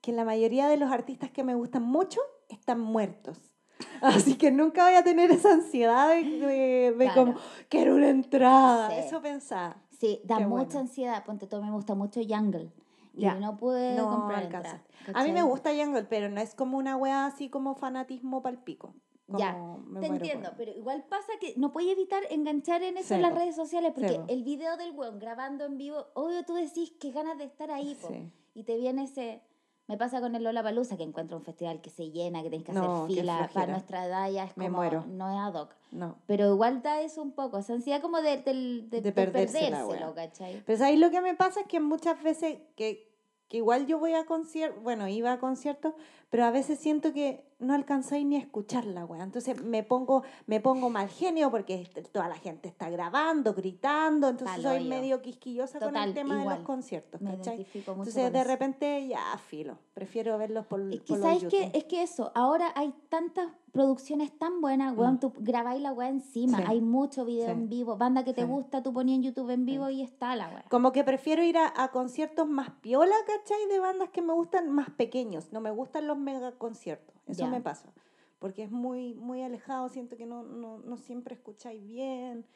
que la mayoría de los artistas que me gustan mucho están muertos. Así que nunca voy a tener esa ansiedad de, de- de Claro. como, quiero una entrada. Sí. Eso pensaba. Sí, da Qué mucha bueno. ansiedad. Ponte tú, me gusta mucho Jungle. Y Ya. no pude No comprar alcanza. entrada, A mí me ¿cachai? gusta Jungle, pero no es como una wea así como fanatismo palpico. Como Ya, me muero Te por entiendo, él. pero igual pasa que no puedes evitar enganchar en eso en Sebo, las redes sociales, porque sebo. el video del weón grabando en vivo, obvio tú decís que ganas de estar ahí, po, Sí. y te viene ese, Me pasa con el Lola Palusa, que encuentro un festival que se llena, que tenés que No, qué hacer fila. Para flojera. nuestra edad ya es como. Me muero. No es ad hoc. No. Pero igual da eso un poco, esa ansiedad como de, del- de- De de perderse la perdérselo, wea. ¿cachai? Pero ahí lo que me pasa es que muchas veces que, que igual yo voy a conciertos, bueno, iba a conciertos, pero a veces siento que no alcanzáis ni a escucharla, weá. Entonces me pongo, me pongo mal genio porque est- toda la gente está grabando, gritando, entonces soy Paloyo. medio quisquillosa con el Total, tema de igual. los conciertos, Me ¿cachai? identifico mucho Entonces con de eso. repente ya filo, prefiero verlos por, Es que, por los ¿sabes qué? YouTube. Es que eso, ahora hay tantas producciones tan buenas, weón, Mm. tú grabáis la weá encima, Sí. hay mucho video Sí. en vivo, banda que te Sí. gusta, tú ponías en YouTube en vivo y está la weá. Como que prefiero ir a, a conciertos más piola, ¿cachai? De bandas que me gustan más pequeños. No me gustan los mega conciertos. Eso Ya. me pasa. Porque es muy, muy alejado, siento que no, no, no siempre escucháis bien.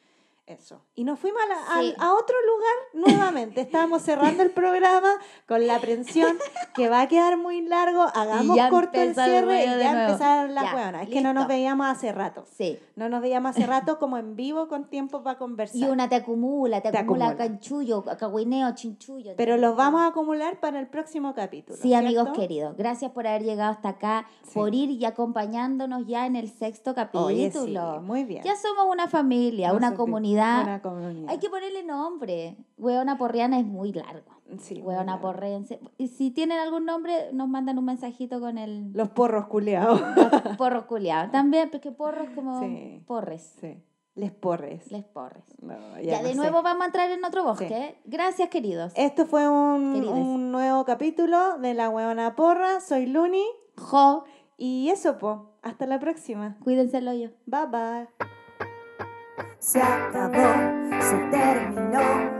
Eso. Y nos fuimos a, la- al- Sí. a otro lugar nuevamente. Estábamos cerrando el programa con la aprensión que va a quedar muy largo. Hagamos Y ya corto el empezó el cierre y huevo de ya nuevo. empezaron las Ya, hueonas. Es que no nos listo. veíamos hace rato. Sí. No nos veíamos hace rato como en vivo con tiempo para conversar. Y una te acumula, te, Te acumula, acumula. canchullo, cagüineo, chinchullo. Pero los vamos a acumular para el próximo capítulo. Sí, amigos ¿cierto? queridos, gracias por haber llegado hasta acá, Sí. por ir y acompañándonos ya en el sexto capítulo. Oye, sí, muy bien. Ya somos una familia, No una sé, comunidad. Una comunidad. Hay que ponerle nombre. Hueona porriana es muy largo. Sí, muy Hueona bien. porrense. Y si tienen algún nombre, nos mandan un mensajito con el Los porros culeados. porro culiado. También, porque porro es como Sí. porres. sí. Les porres. Les porres. No, Ya, no de sé. Eh. nuevo vamos a entrar en otro bosque. Gracias, queridos. Esto fue un, Querides. un nuevo capítulo de La Huevona Porra. Soy Luni. Jo, Y eso, po. Hasta la próxima. cuídense el hoyo. Bye bye. Se acabó, se terminó,